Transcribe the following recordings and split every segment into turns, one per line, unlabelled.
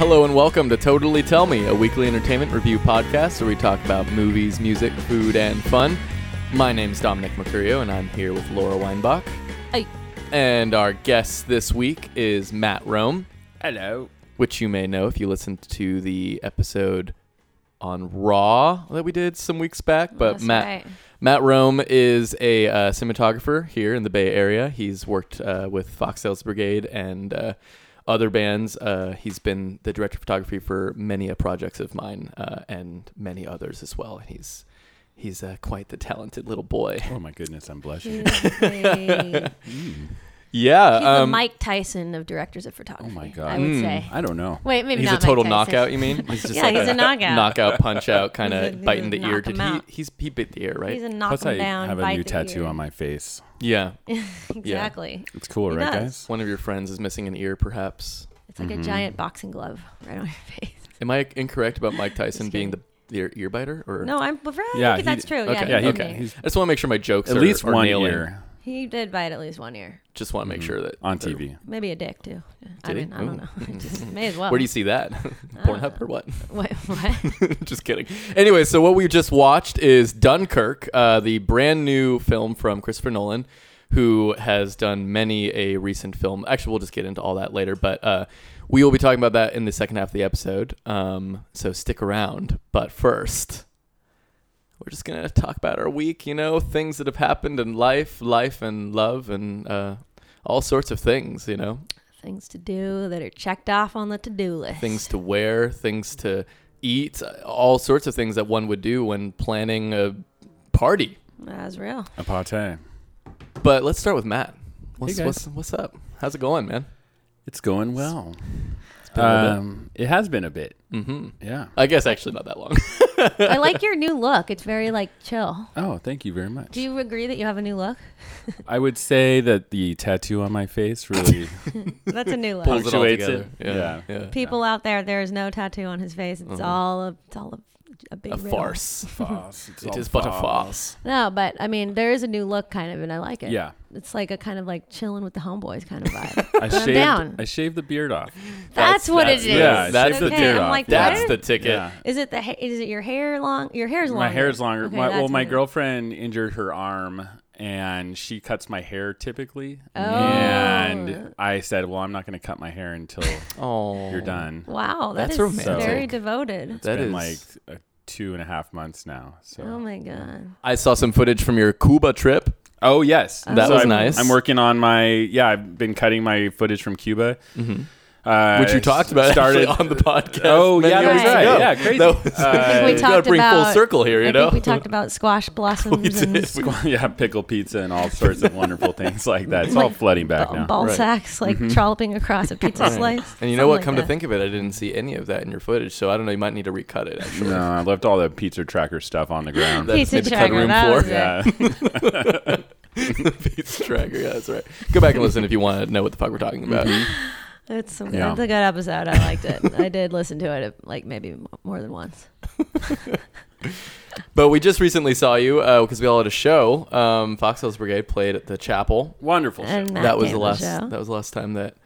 Hello and welcome to Totally Tell Me, a weekly entertainment review podcast where we talk about movies, music, food, and fun. My name's Dominic Mercurio, and I'm here with Laura Weinbach.
Hey.
And our guest this week is Matt Rome,
Hello.
which you may know if you listened to the episode on Raw that we did some weeks back. But
That's
Matt
right.
Matt Rome is a uh, cinematographer here in the Bay Area. He's worked uh, with Fox Sales Brigade and uh, other bands. Uh, he's been the director of photography for many a projects of mine uh, and many others as well. He's he's uh, quite the talented little boy.
Oh my goodness, I'm blushing.
He's the
Yeah, Uh, um,
Mike Tyson of directors of photography.
God.
I would
Mm.
say.
I don't know.
Wait, maybe
he's a
not
total
Mike Tyson.
knockout. You mean? He's just
Yeah, he's a knockout.
knockout punch out, kind
He's a-
of
he's
biting
a
the ear.
knock
Did
'em
he?
out.
He's he bit the ear, right?
He's a knock
Plus,
him
I
down.
have a
bite
new
the
tattoo
ear.
on my face.
yeah,
Exactly.
It's cool,
He
right,
does.
guys?
one of your friends is missing an ear, perhaps.
It's like
Mm-hmm.
a giant boxing glove right on your face.
Am I incorrect about Mike Tyson
Just
being the
kidding.
ear, ear biter? Or
No, I'm. Well, I
Yeah,
think
he
that's
did-
true.
okay,
yeah,
yeah, he,
he-
did
okay,
bite.
he's-
I just want to make sure my jokes
At
are,
least
are
one
nailing.
ear Mm-hmm.
he did bite at least one ear.
Just want to make sure that
on
they're-
TV.
Maybe a dick too. I
Did he?
mean, I don't
Ooh.
know. Just may as well.
Where do you see that? Pornhub or what?
Wait, what?
just kidding. Anyway, so what we just watched is Dunkirk, uh, the brand new film from Christopher Nolan, who has done many a recent film. Actually, we'll just get into all that later, but uh, we will be talking about that in the second half of the episode. Um, so stick around. But first, we're just gonna talk about our week. You know, things that have happened in life, life and love, and uh, all sorts of things. You know.
Things to do that are checked off on the to-do list.
things to wear, things to eat, all sorts of things that one would do when planning a party.
That's real.
A pate.
But let's start with Matt. What's,
guys.
what's, what's up? How's it going, man?
It's going well.
been a little bit.
Um, it has been a bit.
hmm
Yeah.
I guess actually not that long.
I like your new look. It's very like chill.
Oh, thank you very much.
Do you agree that you have a new look?
I would say that the tattoo on my face really.
That's a new look.
Pulls it all
Punctuates
together.
it.
Yeah. yeah.
People out there, there is no tattoo on his face. It's all a, it's all a, a big
A
riddle.
farce.
False. It's
It
all
is but a
false.
farce.
No, but I mean, there is a new look kind of, and I like it.
Yeah.
it's like a kind of like chilling with the homeboys kind of vibe.
I
I'm
shaved,
down.
I shaved the beard off.
that's, what
that's
it is.
Yeah, I
That's
shaved the
the
beard
ticket.
I'm
off.
like,
that's
what?
the ticket.
Yeah.
Is it the ha- is it your hair long? Your hair's long.
My hair's longer.
Okay,
my, well,
that's
my
what it is.
girlfriend injured her arm, and she cuts my hair typically.
Oh.
And I said, "Well, I'm not going to cut my hair until
Oh,
you're done."
Wow, that
That's
is
romantic.
very devoted.
It's
That
been
is-
like uh, two and a half months now. So.
Oh my god.
I saw some footage from your Cuba trip.
Oh yes,
That was
I'm,
nice.
I'm working on my yeah. I've been cutting my footage from Cuba, uh,
Mm-hmm. Which you talked about
Started
started on the podcast.
Oh
many
yeah,
years
that's right.
ago.
Yeah, crazy.
That was-
I think
Uh,
we
You gotta
talked
bring full
about
circle here, you
I
know?
Think we talked about squash blossoms and
did. We-
yeah, pickle pizza and all sorts of wonderful things like that. It's all
Like
flooding back
ba-
now.
ball
Right.
sacks like trolloping across a pizza slice.
And you know what? Come to think of it, I didn't see any of that in your footage, so I don't know. You might need to recut it. Actually.
No, I left all the pizza tracker stuff on the ground.
That's
Pizza
made the cutting
tracker,
room
that
floor.
was it.
yeah.
Pizza Tracker. Yeah, that's right. Go back and listen if you want to know what the fuck we're talking about.
Mm-hmm.
It's, some,
Yeah.
it's a good episode. I liked it. I did listen to it like maybe m- more than once.
But we just recently saw you because we all had a show. Um, Fox Hills Brigade played at the chapel.
Wonderful. show.
And Matt
that was
came
the
to
last.
show.
That was the last time that.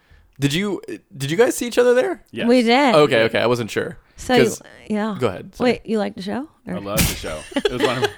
Did you did you guys see each other there?
Yes.
We did.
Okay, okay. I wasn't sure.
So you,
'Cause-
yeah.
Go ahead. sorry.
Wait, you liked the show?
I
Or-
love the show. It was one of,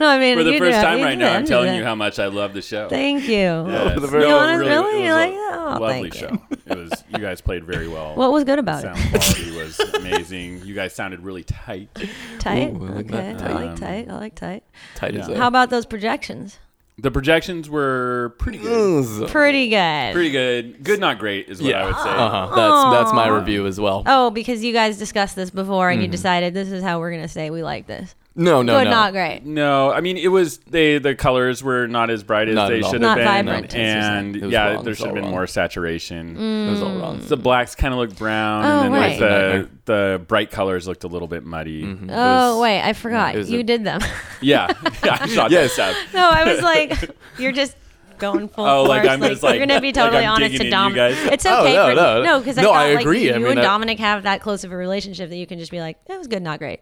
no, I mean
for the
you
first
did-
time
you
right
did
now.
it,
I'm
you
telling
did
you
it.
how much I love the show.
Thank you.
Yes.
For the very-
You
No,
honest-
it
really?
it
You
was
like
a
that? Oh,
lovely
thank
show. It was. You guys played very well.
What was good about
sound
it?
quality was amazing. You guys sounded really tight.
Tight.
Ooh, I like
okay,
that.
I like
Um,
tight. I like tight.
Tight as
Yeah.
a-
How about those projections?
The projections were pretty good.
Ugh.
Pretty good.
Pretty good. Good, not great, is what
Yeah.
I would say.
Uh-huh. That's that's my review as well.
Oh, because you guys discussed this before and you decided this is how we're gonna say we like this.
No, no, Mm-hmm.
good,
Oh, no.
not great.
No, I mean it was they the colors were not as bright as
Not
they
at all.
should
Not
have been,
vibrant. Mm.
and
It was
yeah,
wrong.
there
It's
should
all
have been
wrong.
more saturation.
It was all wrong.
The blacks kind of looked brown,
Oh,
and then
right.
like the
Nightmare. Mm-hmm.
the bright colors looked a little bit muddy. It
Oh
was-
wait, I forgot.
it was
You
a-
did them.
yeah, yeah, I shot that
Yes.
stuff.
no, I was like, you're just going full
Oh,
force.
like I'm just, like-
you're gonna be
like
totally
I'm
honest
digging
to
in you
Dominic.
guys.
It's
Oh,
okay
no,
for
no.
no, because
No, I
I, felt
agree.
Like you
I mean,
and
I-
Dominic have that close of a relationship that you can just be like, that was good, not great,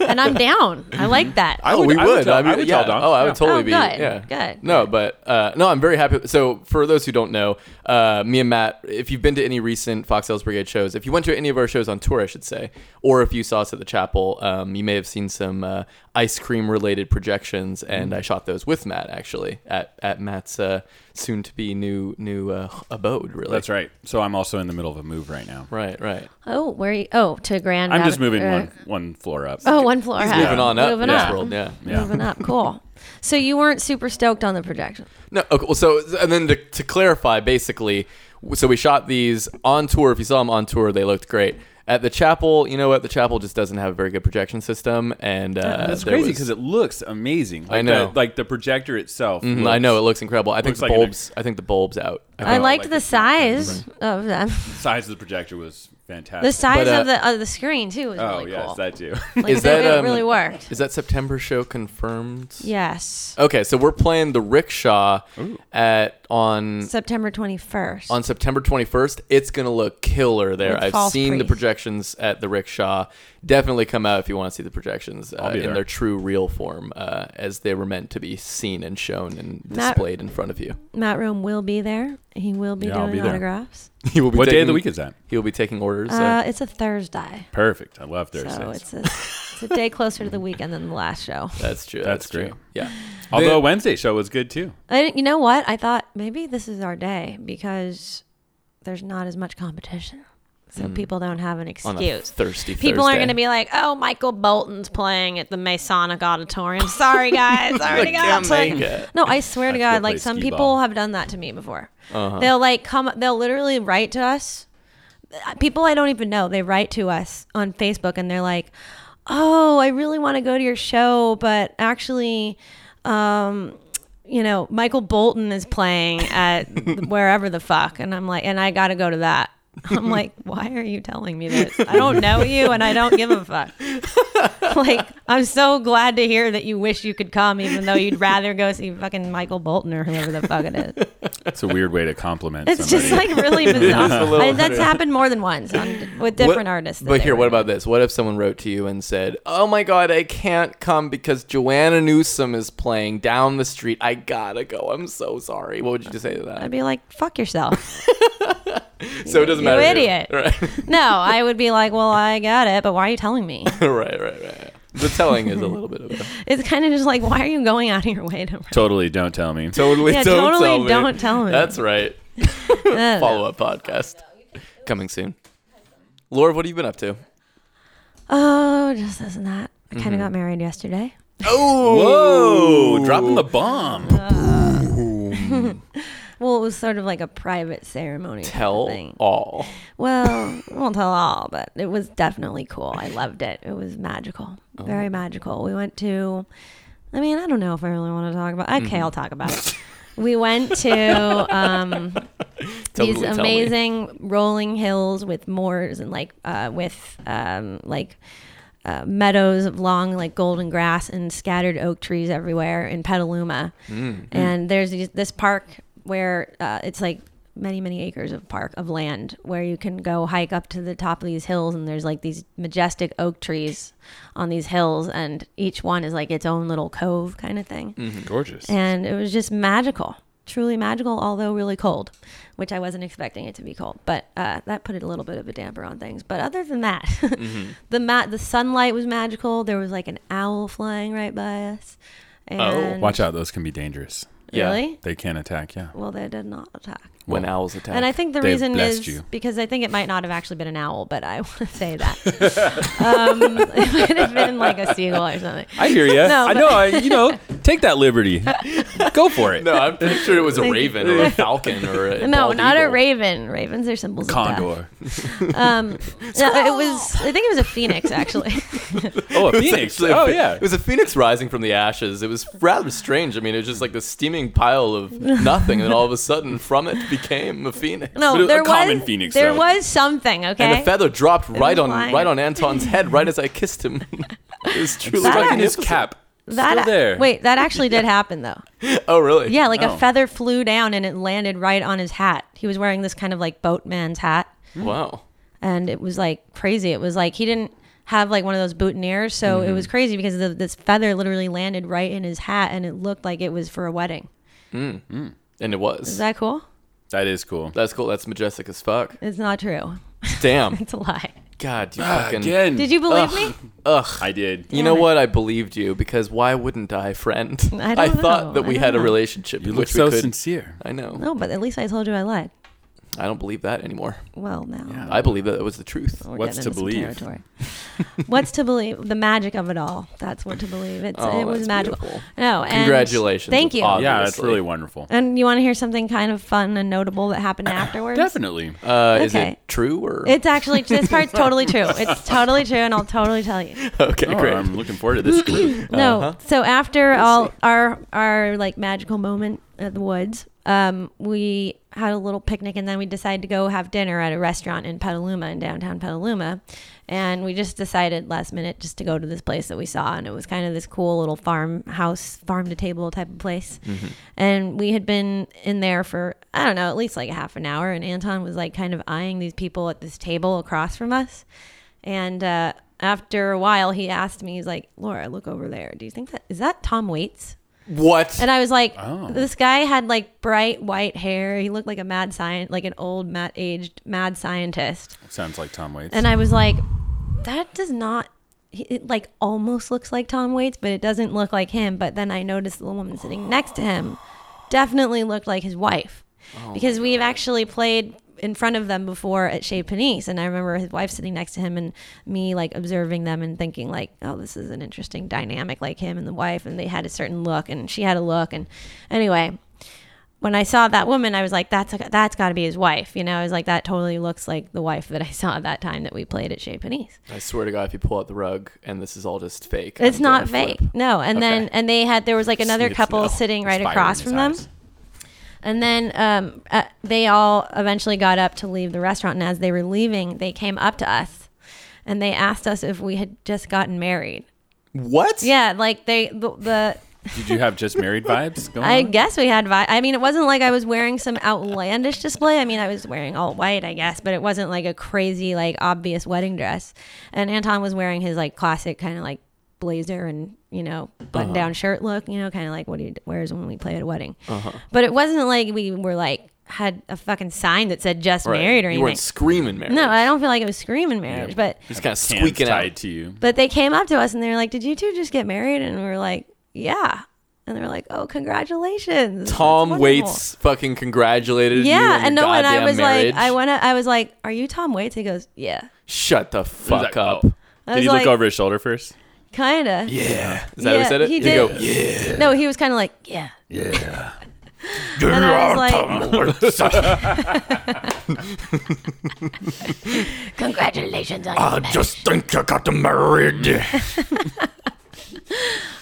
and I'm down. I like that.
I
would-
Oh, we
I
would.
would tell-
I mean,
I would
yeah.
tell Dom.
Oh, I would
Yeah.
totally
Oh,
be.
good,
Yeah.
good.
No, but uh, no, I'm very happy. So for those who don't know, uh, me and Matt, if you've been to any recent Fox Sales Brigade shows, if you went to any of our shows on tour, I should say, or if you saw us at the chapel, um, you may have seen some uh, ice cream related projections,
Mm.
and I shot those with Matt actually at at Matt's uh, soon to be new new uh, abode. Really.
That's right. So I'm also in the middle of a move right now.
Right. Right.
Oh, where are you? Oh, to Grand.
I'm just
Rapids-
moving
uh,
one one floor up.
Oh, one floor. up.
Moving on up.
Moving
in this
up.
world, yeah.
Yeah.
Moving up. Cool. So you weren't super stoked on the projection.
No, okay, well, so and then to, to clarify, basically, w- so we shot these on tour. If you saw them on tour, they looked great. At the chapel, you know what? The chapel just doesn't have a very good projection system, and uh,
That's
there
crazy
was-
because it looks amazing. Like
I know.
the, like the projector itself.
Mhm, I
looks-
know it looks incredible. I think
looks
the
like an
bulbs. I think the bulbs out. I
I
think-
liked
like
the
it's not
size of them.
The size of the projector was fantastic.
The size
uh,
of the of the screen too was
oh
really
yes,
cool.
that too.
like,
Is that,
it
um,
really worked?
Is that September show confirmed?
Yes.
Okay, so we're playing the rickshaw at on
September 21st.
on September 21st. It's going to look killer there.
With
I've
false
seen the
priests.
projections at the Rickshaw. Definitely come out if you want to see the projections uh,
be
in
there.
their true real form uh, as they were meant to be seen and shown and
Matt-
displayed in front of you.
Matt Rome will be there. He will be
Yeah, I'll
doing
be there.
autographs.
He will be
what day of
taking-
the week is that?
He will be taking orders. uh,
Uh, it's a Thursday.
Perfect. I love Thursdays.
So it's a, it's a day closer to the weekend than the last show.
that's true.
That's
That's, true.
great.
Yeah.
Although
The-
Wednesday show was good too.
I, didn't- you know what? I thought maybe this is our day because there's not as much competition. So people don't have an
Hmm. on a
excuse.
thirsty
People aren't
Thursday.
going to be like, "Oh, Michael Bolton's playing at the Masonic Auditorium." Sorry, guys, I already got
can't
playing.
make it.
No, I swear to
I still
God,
play
like some
skee
people
ball. Uh-huh.
have done that to me before. They'll like come, they'll literally write to us. People I don't even know, they write to us on Facebook, and they're like, "Oh, I really want to go to your show, but actually." Um, you know, Michael Bolton is playing at wherever the fuck, and I'm like, and I got to go to that. I'm like, why are you telling me this? I don't know you, and I don't give a fuck. like, I'm so glad to hear that you wish you could come, even though you'd rather go see fucking Michael Bolton or whoever the fuck it is.
It's a weird way to compliment.
It's
somebody.
just like really bizarre.
a little
I- that's happened more than once on, with different
What-
artists. that
But
they
here,
were
what
in.
about this? What if someone wrote to you and said, "Oh my God, I can't come because Joanna Newsom is playing down the street. I gotta go. I'm so sorry." What would you just say to
I'd
that?
be like, fuck yourself.
So it doesn't
you
matter. who-
idiot.
Right.
no, I would be like, well, I got it, but why are you telling me?
right, right, right. The telling is a little bit of a
It's kind of just like, why are you going out of your way to
totally don't tell me.
totally
Yeah,
don't
totally
tell me.
don't tell me.
That's right.
Uh,
Follow up podcast coming soon. Laura, what have you been up to?
Oh, just this and that. I
Mm-hmm.
kind of got married yesterday.
Oh,
Whoa! Dropping the bomb.
Well, it was sort of like a private ceremony. type of
tell
Thing.
all.
Well, I won't tell all, but it was definitely cool. I loved it. It was magical. Very magical. We went to, I mean, I don't know if I really want to talk about Okay, I'll talk about it. We went to um,
Totally
these
tell me.
amazing rolling hills with moors and like uh, with um, like uh, meadows of long like golden grass and scattered oak trees everywhere in Petaluma.
Mm,
And there's these, this park where uh, it's like many many acres of park of land where you can go hike up to the top of these hills and there's like these majestic oak trees on these hills and each one is like its own little cove kind of thing
Gorgeous.
and it was just magical truly magical although really cold which i wasn't expecting it to be cold but uh, that put a little bit of a damper on things but other than that
Mm-hmm.
the ma- the sunlight was magical there was like an owl flying right by us and
Oh, Watch out; those can be dangerous.
Yeah.
really
They can attack. Yeah.
well they did not attack
When owls attack.
and I think the
They've
reason
blessed
is
you.
because I think it might not have actually been an owl, but I want to say that um, it might have been like a seagull or something.
I hear you.
No,
I
but-
know. I, you know, take that liberty. Go for it.
No, I'm pretty sure it was a raven or a falcon or a
No,
bald
not a
eagle.
raven. Ravens are symbols of death.
Condor.
Um, no, it was. I think it was a phoenix, actually.
Oh, a
It was
phoenix.
actually a
Oh
pho-
yeah.
it was a phoenix rising from the ashes. It was rather strange. I mean, it was just like this steaming pile of nothing, and then all of a sudden, from it became a phoenix.
But
No,
a
there was
common phoenix,
There
though.
was something.
And
Okay.
a feather dropped right on
was flying.
right on Anton's head, right as I kissed him. it was truly
Stuck in his
magnificent.
cap.
That
Still there.
wait, that actually did happen though.
Oh, really?
Yeah, like
Oh.
a feather flew down and it landed right on his hat. He was wearing this kind of like boatman's hat,
Wow.
and it was like crazy. It was like he didn't have like one of those boutonnieres, so it
Mm-hmm.
was crazy because the, this feather literally landed right in his hat, and it looked like it was for a wedding.
And it
Is
was.
that cool?
That is cool.
That's cool. That's majestic as fuck.
It's not true.
Damn.
It's a lie.
God,
Ah,
you fucking.
Again,
Did you believe me?
Ugh.
I did.
You know what? I believed you because why wouldn't I, friend?
I don't
thought
know.
that
I
we
don't
had a
know.
relationship.
You
in
look
which
so
we could,
sincere.
I know.
No, but at least I told you I lied.
I don't believe that anymore.
Well, now
Oh.
I believe that it was the truth.
we're
What's
getting
to
into some
believe?
territory. What's to believe? The magic of it all. That's what to believe. It's,
Oh,
it was
that's
magical.
beautiful.
No, and
Congratulations.
Thank you.
Odd.
Yeah, that's
Obviously.
really wonderful.
And you want to hear something kind of fun and notable that happened afterwards?
Definitely.
Uh, Is
Okay.
it true or?
It's actually this part's totally true. It's totally true, and I'll totally tell you.
okay,
Oh,
great.
I'm looking forward to this. group.
No, so after all our our like magical moment at the woods, um, we had a little picnic, and then we decided to go have dinner at a restaurant in Petaluma, in downtown Petaluma, and we just decided last minute just to go to this place that we saw, and it was kind of this cool little farmhouse, farm to table type of place, and we had been in there for I don't know at least like a half an hour, and Anton was like kind of eyeing these people at this table across from us. And uh, after a while, he asked me, he's like, Laura, look over there. Do you think that is that Tom Waits?
what?
And I was like,
Oh.
this guy had like bright white hair. He looked like a mad scientist, like an old, mad aged mad scientist.
Sounds like Tom Waits.
And I was like, that does not. he- It like almost looks like Tom Waits, but it doesn't look like him. But then I noticed the woman sitting next to him definitely looked like his wife because we've actually played in front of them before at Chez Panisse. And I remember his wife sitting next to him and me like observing them and thinking like, oh, this is an interesting dynamic like him and the wife. And they had a certain look and she had a look. And anyway, when I saw that woman, I was like, that's that's got to be his wife. You know, I was like, that totally looks like the wife that I saw that time that we played at Chez Panisse.
I swear to God, if you pull out the rug and this is all just fake,
It's
I'm
not
gonna flip.
fake. No. And then and they had there was like another
Needs to know.
couple sitting right
There's fire
across
in
from
his
them.
eyes.
And then um, uh, they all eventually got up to leave the restaurant. And as they were leaving, they came up to us and they asked us if we had just gotten married.
What?
Yeah, like they the, the
Did you have just married vibes going
I
on?
guess we had. Vi- I mean, it wasn't like I was wearing some outlandish display. I mean, I was wearing all white, I guess, but it wasn't like a crazy, like obvious wedding dress. And Anton was wearing his like classic kind of like blazer and you know button
Uh-huh.
down shirt look. You know, kind of like what he wears when we play at a wedding. But it wasn't like we were like had a fucking sign that said just
Right.
married or
You weren't
anything.
screaming married.
No, I don't feel like it was screaming marriage, but
Just kind of
Hands
squeaking
tied
out.
to you.
but they came up to us and they were like, "Did you two just get married?" And we were like, "Yeah." And they were like, "Oh, congratulations!" That's
Tom
wonderful."
Waits fucking congratulated you.
Yeah,
on
and
your
no, and I
goddamn
was
marriage.
like, I wanna, I was like, "Are you Tom Waits?" He goes, "Yeah."
Shut the fuck
like,
up.
oh.
I
Did
was
you
like,
look over his shoulder first?
Kinda.
Yeah. Is that how
Yeah,
he said it?
he
You
did.
go, yeah.
No, he was kind of like, "Yeah." Yeah. and I was like, "Congratulations on your marriage."
just think I got married.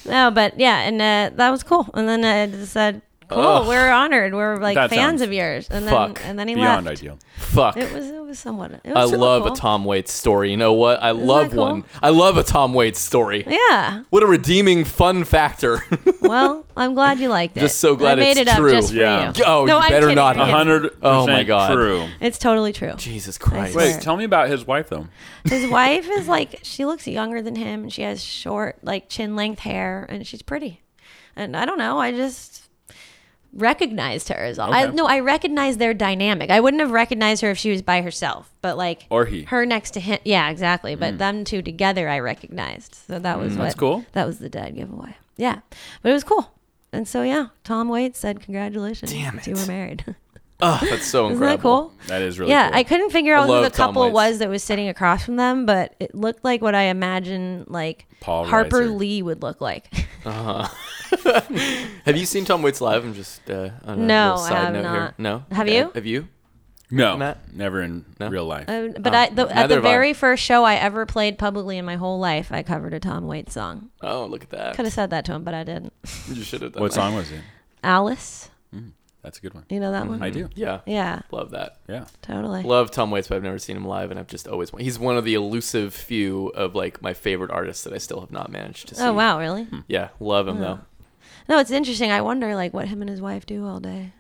No, but yeah, and uh, that was cool. And then uh, I just said, "Cool,
Ugh.
we're honored. We're like
That
fans
sounds
of yours." And then,
fuck
and then he
Beyond
left.
ideal.
Fuck.
It was, it was somewhat. It was
I
super
love
cool.
a Tom Waits story. You know what? I love
that cool?
one. I love a Tom Waits story.
Yeah.
What a redeeming fun factor.
Well, I'm glad you liked it.
Just so glad
I made
it's
it
true.
up just
Yeah.
for you.
Oh, you
I'm
better
kidding.
not.
It's-
A hundred- Oh my God.
True.
It's totally true.
Jesus Christ.
swear.
Wait, tell me about his wife though.
His wife is like she looks younger than him, and she has short, like chin length hair, and she's pretty. And I don't know. I just recognized her as all. I
Okay.
no, I recognized their dynamic. I wouldn't have recognized her if she was by herself, but like
Or he. Mm.
her next to him. Yeah, exactly. But them two together, I recognized. So that was what,
that's cool.
That was the dad giveaway. Yeah, but it was cool. And so yeah, Tom Waits said congratulations.
Damn
You
it.
were married.
Ugh, Ah, that's so
Isn't
incredible.
that cool?
That is really
yeah,
cool.
I couldn't figure out who
love
the
Tom
couple
Waits.
was that was sitting across from them, but it looked like what I imagine like
Paul
Harper
Reiser.
Lee would look like.
Have you seen Tom Waits live? I'm just uh, on a
No,
little
I
side
have
note here.
not.
No,
Have
Okay.
you?
Have you?
no,
Matt?
never in real life.
Uh, but
Oh,
I, the, at
neither have
the
I.
very first show I ever played publicly in my whole life, I covered a Tom Waits song.
Oh, look at that.
Could have said that to him, but I didn't.
Uh, You should have done
what
that.
song was it?
Alice.
That's a good one.
You know that one?
I do.
Yeah.
Yeah,
Love that.
Yeah.
totally.
Mm-hmm. Love Tom Waits, but I've never seen him live, and I've just always he's one of the elusive few of like my favorite artists that Hmm. I still have not managed to see.
Oh wow, really?
Yeah, love him though.
No, it's interesting. I wonder like what him and his wife do all day.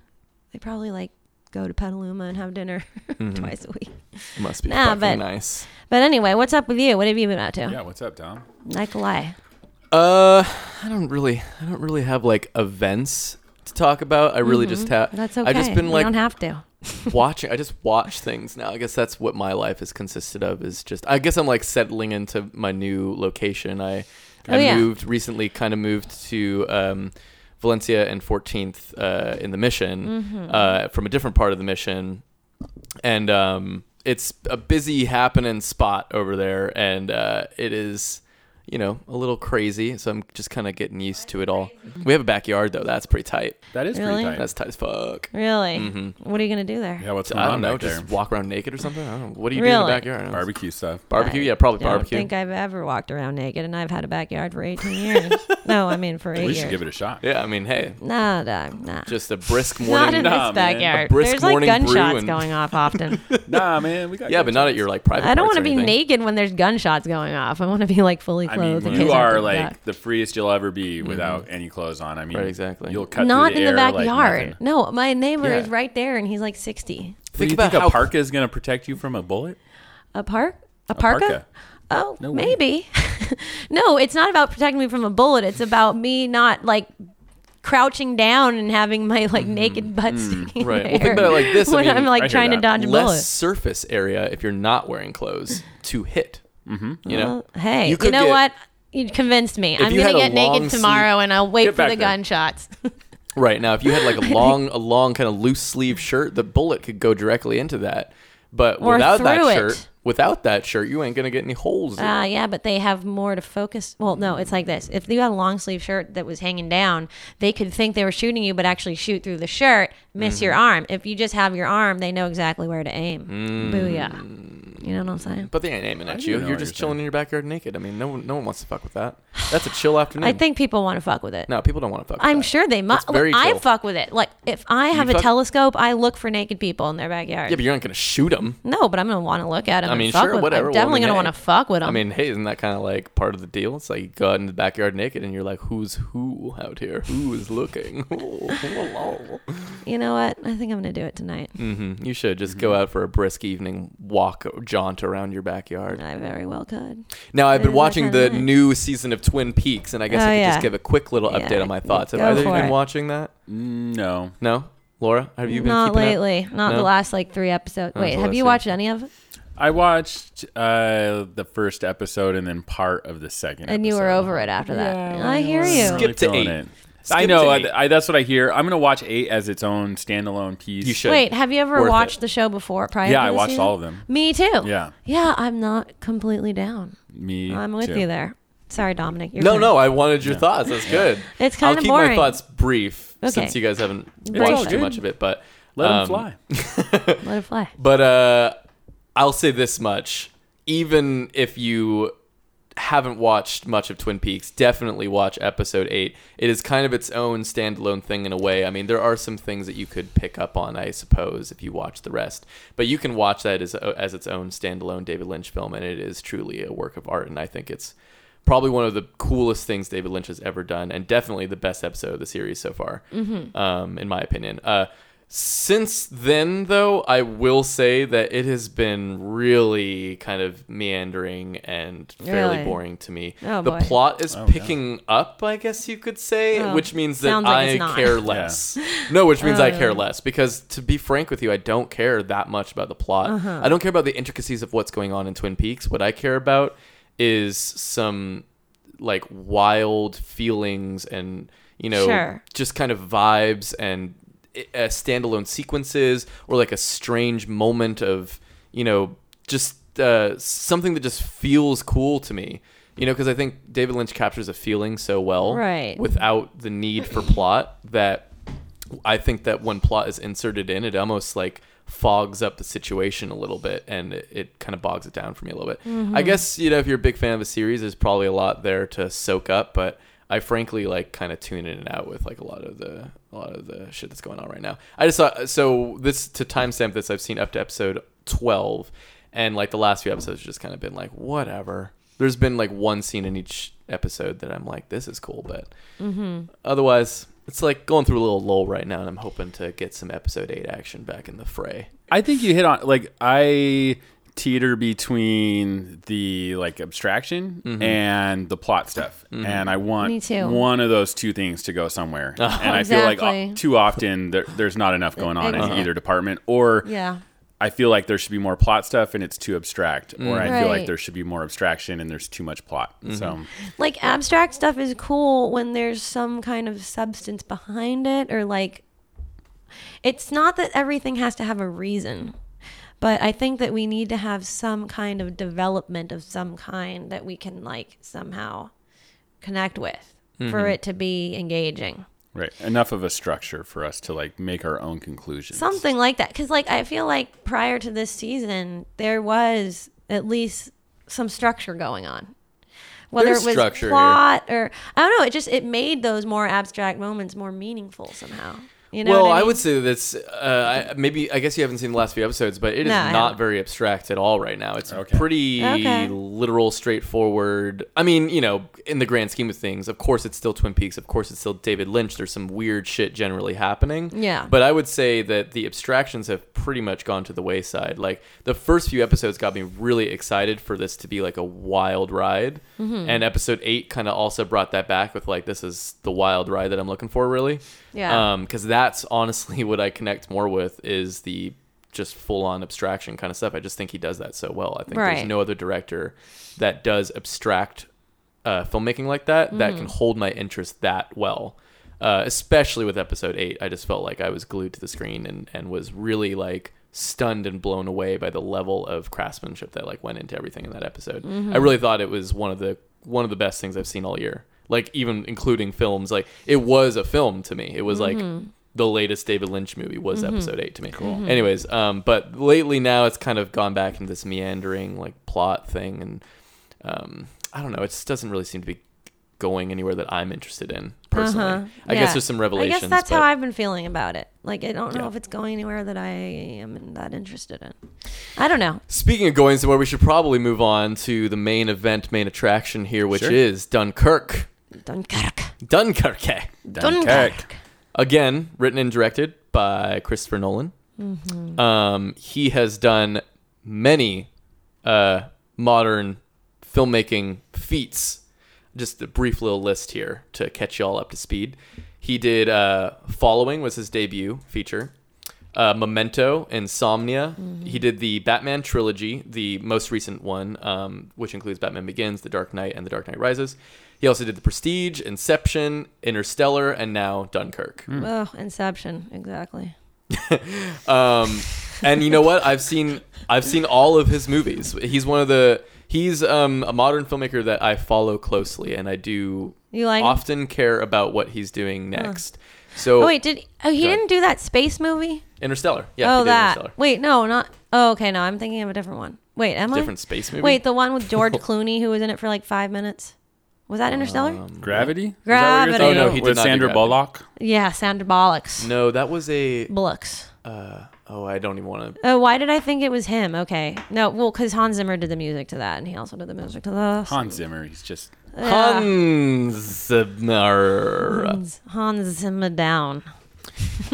They probably like go to Petaluma and have dinner
Mm-hmm.
twice a week.
Must be
Nah,
fucking
but-
nice.
But anyway, what's up with you? What have you been up to?
Yeah. What's up, Dom?
Like a lie.
Uh, I don't really, I don't really have like events to talk about. I really just have.
Mm-hmm. That's okay.
I've just been
you
like
don't have to.
watching. I just watch things now. I guess that's what my life is consisted of. Is just. I guess I'm like settling into my new location. I
Oh,
I
yeah.
moved recently. Kind of moved to um, Valencia and 14th uh, in the Mission
Mm-hmm.
uh, from a different part of the Mission, and um, it's a busy happening spot over there, and uh, it is. You know, a little crazy, so I'm just kind of getting used to it all. We have a backyard though; that's pretty tight.
That is
Really?
pretty tight.
That's tight as fuck.
Really? What are you gonna do there?
yeah. What's going
I
on
don't know,
back there?
just walk around naked or something. I don't know. What do you do in
Really?
the backyard? I don't know.
Barbecue stuff.
Barbecue? Yeah, probably
I don't
barbecue.
think I've ever walked around naked, and I've had a backyard for 18 years. no, I mean for eight
We
years.
should give it a shot.
yeah, I mean, hey,
Nah, dog, nah.
just a brisk
not
morning.
in
nah, man.
this backyard.
A brisk
There's like
morning brew
gunshots
and-
going off often.
Nah, man. We got.
yeah, but not at your like private.
I don't
want to
be naked when there's gunshots going off. I want to be like fully
I
clothed.
mean,
in
you
case
are
something
like
bad.
the freest you'll ever be without any clothes on. I mean,
Mm-hmm. Right, exactly.
You'll cut
not
through
in
the
the
air like
backyard.
nothing.
no, my neighbor
Yeah.
is right there, and he's like 60.
Think
do you
about
think
how
a parka is going to protect you from a bullet?
A park? A parka?
parka.
Oh,
No way.
maybe. no, it's not about protecting me from a bullet. It's about me not like crouching down and having my like naked butt sticking
Mm-hmm. Mm, Right. Well,
there.
think about it like this. I
when
mean,
am like
I hear
trying to
that.
dodge a
less
bullet.
surface area if you're not wearing clothes to hit. Mm-hmm. You know.
Well, Oh, hey, you,
could
know
get-
what? You convinced me. I'm
you
gonna
had a
get
long
naked
sleeve-
tomorrow, and I'll wait
Get
for
back
the
there.
gunshots.
Right now, if you had like a long, a long kind of loose sleeve shirt, the bullet could go directly into that. But
Or
without that
through it.
shirt, without that shirt, you ain't gonna get any holes. in it.
Ah, yeah, but they have more to focus. Well, no, it's like this. If you had a long sleeve shirt that was hanging down, they could think they were shooting you, but actually shoot through the shirt, miss your
Mm-hmm.
arm. If you just have your arm, they know exactly where to aim. Booyah. You know what I'm saying?
Mm. But they ain't aiming at
don't
you.
know
You're
what
just
you're
chilling in your backyard naked. I mean, no one, no one wants to fuck with that. That's a chill afternoon.
I think people want to fuck with it.
no, people don't want to fuck.
I'm
with
sure they must.
It's very
I
chill.
fuck with it. Like, if I have a
fuck-
telescope, I look for naked people in their backyard.
That. Yeah, but you're not gonna shoot them.
no, but I'm going to want to look at them.
I mean,
and fuck
sure,
with 'em.
whatever. Well,
I'm definitely
I mean,
going to
hey.
want to fuck with them.
I mean, hey, isn't that kind of like part of the deal? It's like you go out into the backyard naked, and you're like, "Who's who out here? Who is looking?"
you know what? I think I'm going to do it tonight.
hmm You should just go
Mm-hmm.
out for a brisk evening walk, or jaunt around your backyard.
I very well could.
Now, I've
It
been
is
watching
that time
the
of night.
new season of Twin Peaks, and I guess
Oh,
I could
yeah.
just give a quick little
Yeah,
update on my thoughts. Have
go
either of you
for
been
it.
watching that?
No.
No, Laura, have you been?
Not
keeping up?
lately. Not the
No? Oh,
last like three episodes. Wait,
the
have
last
you
three
watched any of it?
I watched uh, the first episode and then part of the second.
And you were
episode.
over it after that.
Yeah,
I hear you.
Skip to
feeling
eight.
it.
Skip
I know.
to
I-
eight.
I, that's what I hear. I'm gonna watch eight as its own standalone piece.
You should.
Wait, have you ever
Worth it.
watched the show before? Prior
Yeah,
to
I
the
watched
season?
all of them.
Me too.
Yeah.
Yeah, I'm not completely down.
Me.
I'm with
too.
you there. Sorry, Dominic. Your
No,
turn.
no, I wanted your thoughts. That's good.
It's
I'll
kinda
keep
boring.
my thoughts brief since
Okay.
you guys haven't
all
watched too
good.
much of it. But
Let
um,
them fly.
Let it fly.
But uh, I'll say this much: even if you haven't watched much of Twin Peaks, definitely watch episode eight. It is kind of its own standalone thing in a way. I mean, there are some things that you could pick up on, I suppose, if you watch the rest. But you can watch that as uh, as its own standalone David Lynch film, and it is truly a work of art. And I think it's probably one of the coolest things David Lynch has ever done, and definitely the best episode of the series so far, um, in my opinion. Uh, since then, though, I will say that it has been really kind of meandering and fairly
Really?
boring to me.
Oh,
the
boy.
plot is picking up, I guess you could say,
Oh,
which means that
sounds like
I
it's not. Oh.
care less. No, which means I care less because, to be frank with you, I don't care that much about the plot.
Uh-huh.
I don't care about the intricacies of what's going on in Twin Peaks. What I care about is some like wild feelings and you know
Sure.
just kind of vibes and uh, standalone sequences or like a strange moment of you know just uh, something that just feels cool to me you know because i think david lynch captures a feeling so well
Right.
without the need for plot that i think that when plot is inserted in it almost like fogs up the situation a little bit and it, it kind of bogs it down for me a little bit i guess you know if you're a big fan of a series there's probably a lot there to soak up but I frankly like kind of tune in and out with like a lot of the a lot of the shit that's going on right now. I just thought so this to timestamp this I've seen up to episode twelve, and like the last few episodes have just kind of been like whatever. There's been like one scene in each episode that I'm like this is cool, but otherwise it's like going through a little lull right now, and I'm hoping to get some episode eight action back in the fray.
I think you hit on like I teeter between the like abstraction
Mm-hmm.
and the plot stuff, and I want
Me too.
one of those two things to go somewhere.
Oh.
And I feel like
Exactly.
uh, too often there, there's not enough going on in
Exactly.
either department, or
Yeah.
I feel like there should be more plot stuff and it's too abstract, or I feel like
Right.
there should be more abstraction and there's too much plot.
Mm-hmm.
So
Like abstract stuff is cool when there's some kind of substance behind it or like it's not that everything has to have a reason. But I think that we need to have some kind of development of some kind that we can like somehow connect with for it to be engaging.
right, enough of a structure for us to like make our own conclusions.
something like that because like i feel like prior to this season there was at least some structure going on whether
There's
it was
structure here.
plot or i don't know it just it made those more abstract moments more meaningful somehow you know
well,
what I,
I
mean?
would say that it's uh, I, maybe I guess you haven't seen the last few episodes, but it is
No, I
not
haven't.
very abstract at all right now. It's
Okay.
pretty
Okay.
literal, straightforward. I mean, you know, in the grand scheme of things, of course it's still Twin Peaks. Of course it's still David Lynch. There's some weird shit generally happening.
Yeah.
But I would say that the abstractions have pretty much gone to the wayside. Like the first few episodes got me really excited for this to be like a wild ride,
Mm-hmm.
and episode eight kind of also brought that back with like this is the wild ride that I'm looking for, really.
Yeah.
Um, because that's honestly what I connect more with is the just full on abstraction kind of stuff. I just think he does that so well. I think there's
Right.
no other director that does abstract uh, filmmaking like that that can hold my interest that well. Uh, especially with episode eight, I just felt like I was glued to the screen and, and was really like stunned and blown away by the level of craftsmanship that like went into everything in that episode. I really thought it was one of the one of the best things I've seen all year. Like even including films, like it was a film to me. It was like the latest David Lynch movie was episode eight to me. Cool. Anyways, um, but lately now it's kind of gone back into this meandering like plot thing and um, I don't know. It just doesn't really seem to be going anywhere that I'm interested in personally.
Uh-huh.
I
Yeah.
guess there's some revelations.
i guess that's
but
how i've been feeling about it like i don't know
Yeah.
if it's going anywhere that i am that interested in i don't know
Speaking of going somewhere, we should probably move on to the main event, main attraction here, which
Sure.
is Dunkirk.
dunkirk
Dunkirk.
dunkirk
Again, written and directed by Christopher Nolan. Um, he has done many uh, modern filmmaking feats. Just a brief little list here to catch y'all up to speed. He did uh, Following was his debut feature. Uh, Memento, Insomnia. He did the Batman trilogy, the most recent one, um, which includes Batman Begins, The Dark Knight, and The Dark Knight Rises. He also did The Prestige, Inception, Interstellar, and now Dunkirk.
oh inception exactly
Um, and you know what? I've seen I've seen all of his movies. He's one of the he's um, a modern filmmaker that I follow closely, and I do
You like him?
often care about what he's doing next. So
oh wait did oh he
Go ahead.
didn't do that space movie
Interstellar, yeah, he
oh,
did
that.
Interstellar.
Wait, no, not. Oh, okay, no, I'm thinking of a different one. Wait, am I?
different space movie.
Wait, the one with George Clooney who was in it for like five minutes. Was that Interstellar?
Um,
Gravity.
Gravity.
Oh, no, he did
With
not do
Sandra
Gravity.
Bullock.
yeah, Sandra Bollocks.
No, that was a
Bullocks.
uh, oh, I don't even want to.
Oh, why did I think it was him? Okay, no, well, because Hans Zimmer did the music to that, and he also did the music to the
Hans Zimmer. He's just
Hans Zimmer.
Hans, Hans Zimmer down.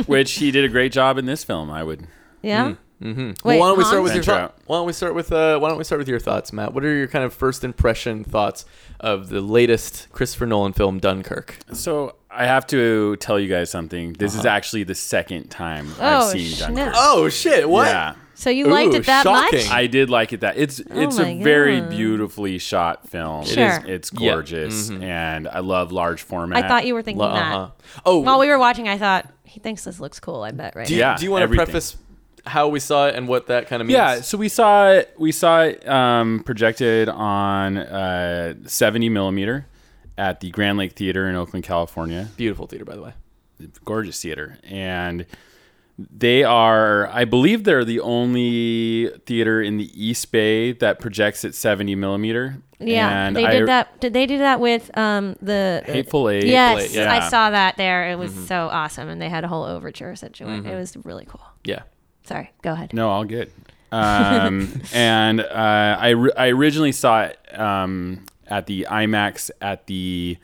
which he did a great job in this film. I would.
Yeah.
Mm, mm-hmm. Well,
Wait,
why don't we start
Hans?
with your
Venture
thought?
out.
Why don't we start with uh, Why don't we start with your thoughts, Matt? What are your kind of first impression thoughts of the latest Christopher Nolan film, Dunkirk?
So I have to tell you guys something. This is actually the second time
Oh,
I've seen
snap.
Dunkirk.
Oh shit! What?
Yeah,
So you
Ooh,
liked it that
shocking.
much?
I did like it. That it's it's
Oh my
a very
God.
beautifully shot film.
Sure.
It is. It's
Yeah.
gorgeous, and I love large format.
I thought you were thinking
Lo-
that.
uh-huh. Oh,
While we were watching, I thought he thinks this looks cool. I bet, right?
do you,
Yeah,
do you want to
everything.
preface how we saw it and what that kind of means?
Yeah, so we saw it. We saw it um, projected on uh, seventy millimeter at the Grand Lake Theater in Oakland, California.
beautiful theater, by the way.
gorgeous theater and They are, I believe, they're the only theater in the East Bay that projects at 70 millimeter.
Yeah,
And
they
I-
did that. Did they do that with um the
Hateful Eight.
Yes,
yeah. Mm-hmm.
I saw that there. It was so awesome, and they had a whole overture situation. It was really cool.
Yeah.
Sorry, go ahead.
No, all good. Um, and uh, I, ri- I originally saw it um, at the IMAX at the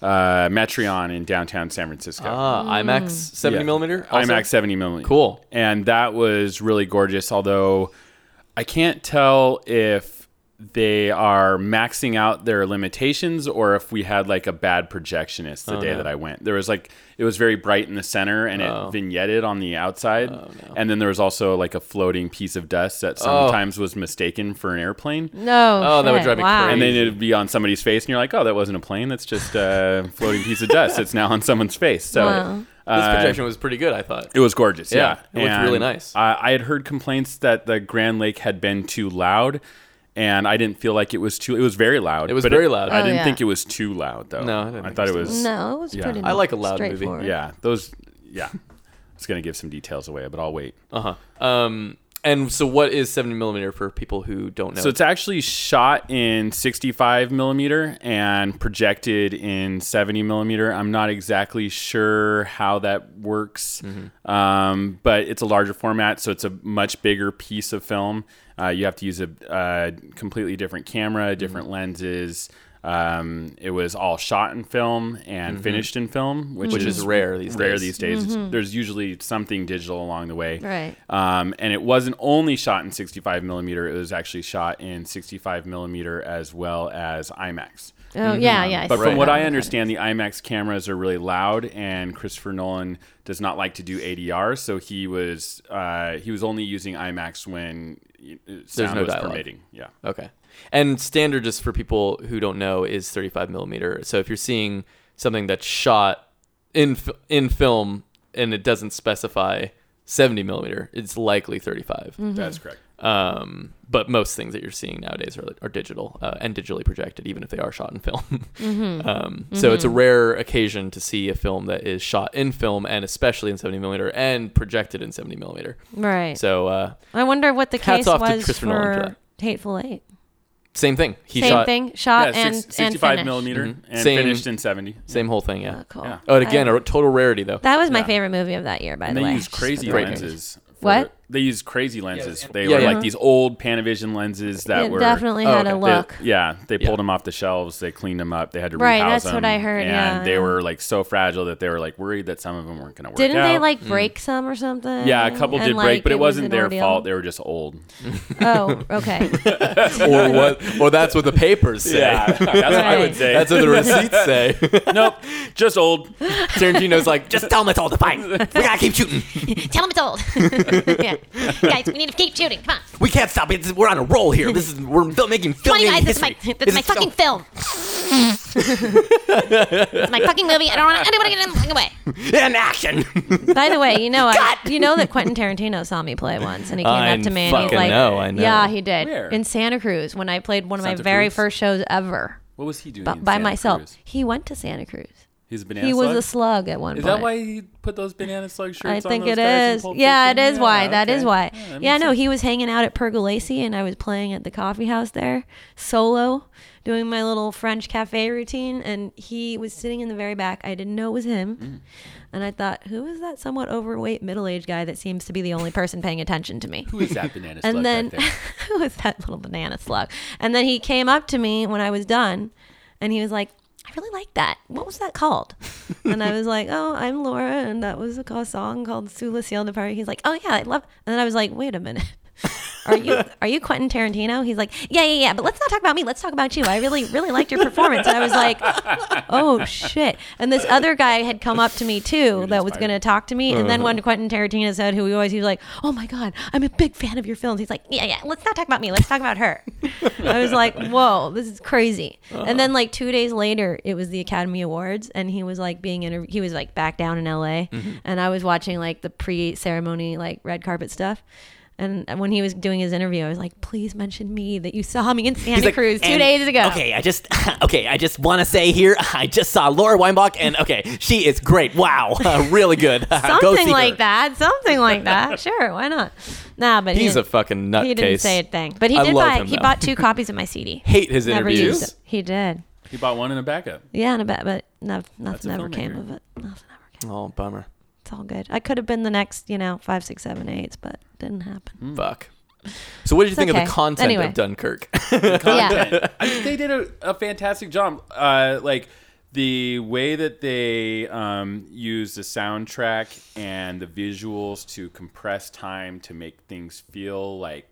uh, Metreon in downtown San Francisco.
Ah, IMAX 70
Yeah.
millimeter. also?
IMAX 70 millimeter.
Cool.
And that was really gorgeous, although I can't tell if they are maxing out their limitations or if we had like a bad projectionist the day that I went. There was like it was very bright in the center and it vignetted on the outside. And then there was also like a floating piece of dust that sometimes was mistaken for an airplane.
No.
Oh, that would
shit,
drive me
wow.
crazy.
And then it'd be on somebody's face, and you're like, "Oh, that wasn't a plane. That's just a floating piece of dust. It's now on someone's face." So,
Wow.
This
uh,
projection was pretty good, I thought.
it was gorgeous.
Yeah,
Yeah,
it looked
And
really nice.
I, I had heard complaints that the Grand Lake had been too loud, and I didn't feel like it was too. It was very loud.
It was
but
very loud.
I
Oh,
didn't
yeah.
think it was too loud though.
No, I didn't think
thought
it
it was.
No, it was
Yeah.
pretty.
I like a loud movie.
straightforward.
Yeah, those. Yeah, I was gonna give some details away, but I'll wait.
Uh huh. Um, and so what is 70 millimeter for people who don't know?
So it's actually shot in 65 millimeter and projected in 70 millimeter. I'm not exactly sure how that works,
Mm-hmm.
um, but it's a larger format, so it's a much bigger piece of film. Uh, you have to use a uh, completely different camera,
Mm-hmm.
different lenses. Um, it was all shot in film and finished in film, which,
Mm-hmm. Which is rare these
rare
days.
these days. It's- there's usually something digital along the way.
Mm-hmm. Right.
Um, and it wasn't only shot in 65 millimeter; it was actually shot in 65 millimeter as well as IMAX.
Oh yeah, yeah.
Mm-hmm. But
saw
from what
that.
I understand, the IMAX cameras are really loud, and Christopher Nolan does not like to do ADR, so he was uh, he was only using IMAX when uh, sound
no
was
dialogue.
permitting. Yeah.
okay. And standard, just for people who don't know, is 35 millimeter. So if you're seeing something that's shot in f- in film and it doesn't specify 70 millimeter, it's likely 35.
Mm-hmm.
That's correct.
Um, but most things that you're seeing nowadays are, are digital uh, and digitally projected, even if they are shot in film.
Mm-hmm.
Um, So it's a rare occasion to see a film that is shot in film and especially in 70 millimeter and projected in 70 millimeter.
Right.
So uh,
I wonder what the
Hats
case
off to
was
Christopher Nolan for
for Hateful Eight.
same thing. He
Same
shot
thing, shot
yeah,
Uh, and
six,
and
65
finished.
millimeter and
Mm-hmm. Same-
finished in 70.
same whole thing. Yeah.
Oh, cool.
Yeah.
Oh, and again,
I-
a total rarity though.
that was my
Yeah.
favorite movie of that year. By
And
the
they
way,
use crazy
Great
lenses. for-
What?
They use crazy lenses. They
Yeah,
were
yeah.
like these old Panavision lenses that
It
were
definitely
Oh,
had
okay.
a
They-
They-
look.
yeah, they
Yeah.
pulled them off the shelves. They cleaned them up. They had to
Right,
rehouse
that's
them.
what I heard,
And
yeah,
they
yeah.
were like so fragile that they were like worried that some of them weren't going to work.
Didn't they
out.
like break some or something?
Yeah, a couple
And,
did break,
like,
but it,
was
wasn't
an
their
ordeal?
fault. They were just old.
Oh, okay.
or what? Or that's what the papers say.
that's what I would
Right.
say.
That's what the receipts say.
nope, just old.
Tarantino's like, just tell them it's all defined. We gotta keep shooting.
Tell him it's old. yeah. Guys, we need to keep shooting. Come on.
We can't stop. It's, we're on a roll here. This is we're fil- making
Come
film
on, you guys. This is
history.
my, this is my fucking film. it's my fucking movie. I don't want anybody getting in the fucking way.
in action.
By the way, you know, I, you know that Quentin Tarantino saw me play once, and he came
I
up to me and he's
fucking
like,
know, I know.
"Yeah, he did
Where?
in Santa Cruz when I played one of
Santa
my very
Cruz?
first shows ever
What was he doing?
b-
in
by
Santa
myself."
Cruz?
He went to Santa Cruz.
He's a banana.
He was
slug?
a slug at one
Is
point.
that why he put those banana slug shirts?
I think
on those
it
guys in
is.
Pulp
Yeah, it
Fiction?
is why.
Yeah,
That is
okay.
why.
Yeah,
Yeah,
that
no,
makes
he was hanging out at Pergolesi and I was playing at the coffee house there, solo, doing my little French cafe routine and he was sitting in the very back. I didn't know it was him.
Mm.
And I thought, who is that somewhat overweight middle-aged guy that seems to be the only person paying attention to me?
Who is that banana slug?
and then
back there?
who was that little banana slug? And then he came up to me when I was done, and he was like, "I really like that. What was that called?" and I was like, "Oh, I'm Laura, and that was a co- song called Sula Ciel de Paris." He's like, "Oh yeah, I love." And then I was like, "Wait a minute." Are you are you Quentin Tarantino? He's like, yeah, yeah, yeah. But let's not talk about me. Let's talk about you. I really, really liked your performance, and I was like, oh shit. And this other guy had come up to me too that was going to talk to me. And then
Uh-huh.
when Quentin Tarantino said who he was, he was like, oh my God, I'm a big fan of your films. He's like, yeah, yeah, let's not talk about me. Let's talk about her. I was like, whoa, this is crazy.
Uh-huh.
And then like two days later, it was the Academy Awards and he was like being interviewed. He was
Mm-hmm.
like back down in LA. And I was watching like the pre ceremony, like red carpet stuff. And when he was doing his interview, I was like, please mention me that you saw me in Santa
like,
Cruz two
and-
days ago.
Okay, I just okay, I just want to say here, I just saw Laura Weinbach, and okay, she is great. Wow, uh, really good. Go
Something
see
like
her.
that. Something like that. Sure, why not? Nah, but he
He's a
didn't-
fucking nutcase.
He didn't say a thing. But he
I
did
love
buy
him,
he
though.
bought two copies of my CD.
Hate his
Never
interviews.
used it. He did.
He bought one in a backup.
Yeah, and about but no, nothing
a
ever came
filmmaker.
of it. Nothing ever came.
Oh, bummer.
It's all good. I could have been the next, you know, five, six, seven, eights, but didn't
Mm.
happen.
Fuck. So what did you think of
okay.
the content
Anyway.
of Dunkirk?
Yeah.
I think they did a, a fantastic job. Uh, like the way that they um, use the soundtrack and the visuals to compress time to make things feel like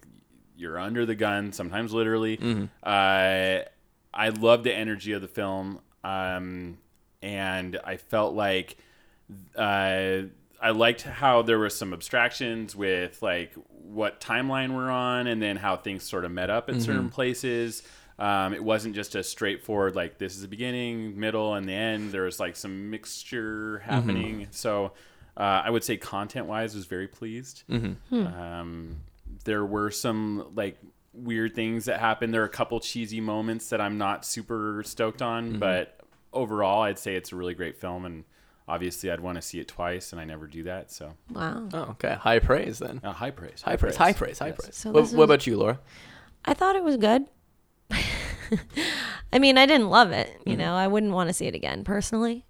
you're under the gun, sometimes literally. Uh, I love the energy of the film. Um, and I felt like uh, I liked how there were some abstractions with like what timeline we're on, and then how things sort of met up at certain places. Um, it wasn't just a straightforward like this is the beginning, middle, and the end. There was like some mixture happening. So uh, I would say content wise, was very pleased. Um, there were some like weird things that happened. There are a couple cheesy moments that I'm not super stoked on, but overall, I'd say it's a really great film. And obviously, I'd want to see it twice, and I never do that. So,
Wow.
oh, okay. High praise then.
uh, high praise.
High praise. High praise. High praise.
So
what,
this
what
is-
about you, Laura?
I thought it was good. I mean, I didn't love it. You know, I wouldn't want to see it again personally.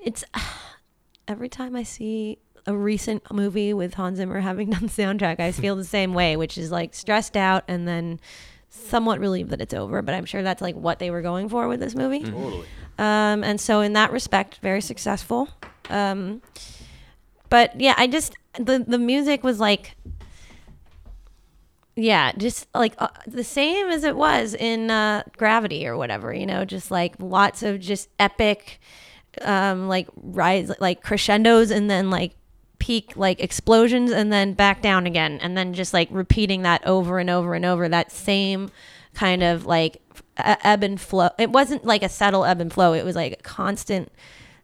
It's every time I see a recent movie with Hans Zimmer having done the soundtrack, I feel the same way, which is like stressed out and then somewhat relieved that it's over. But I'm sure that's like what they were going for with this movie.
Totally.
Um, and so in that respect, very successful. Um, but yeah, I just the the music was like, yeah, just like uh, the same as it was in uh, Gravity or whatever, you know, just like lots of just epic, um, like rise, like crescendos, and then like peak like explosions and then back down again and then just like repeating that over and over and over that same kind of like e- ebb and flow it wasn't like a subtle ebb and flow it was like a constant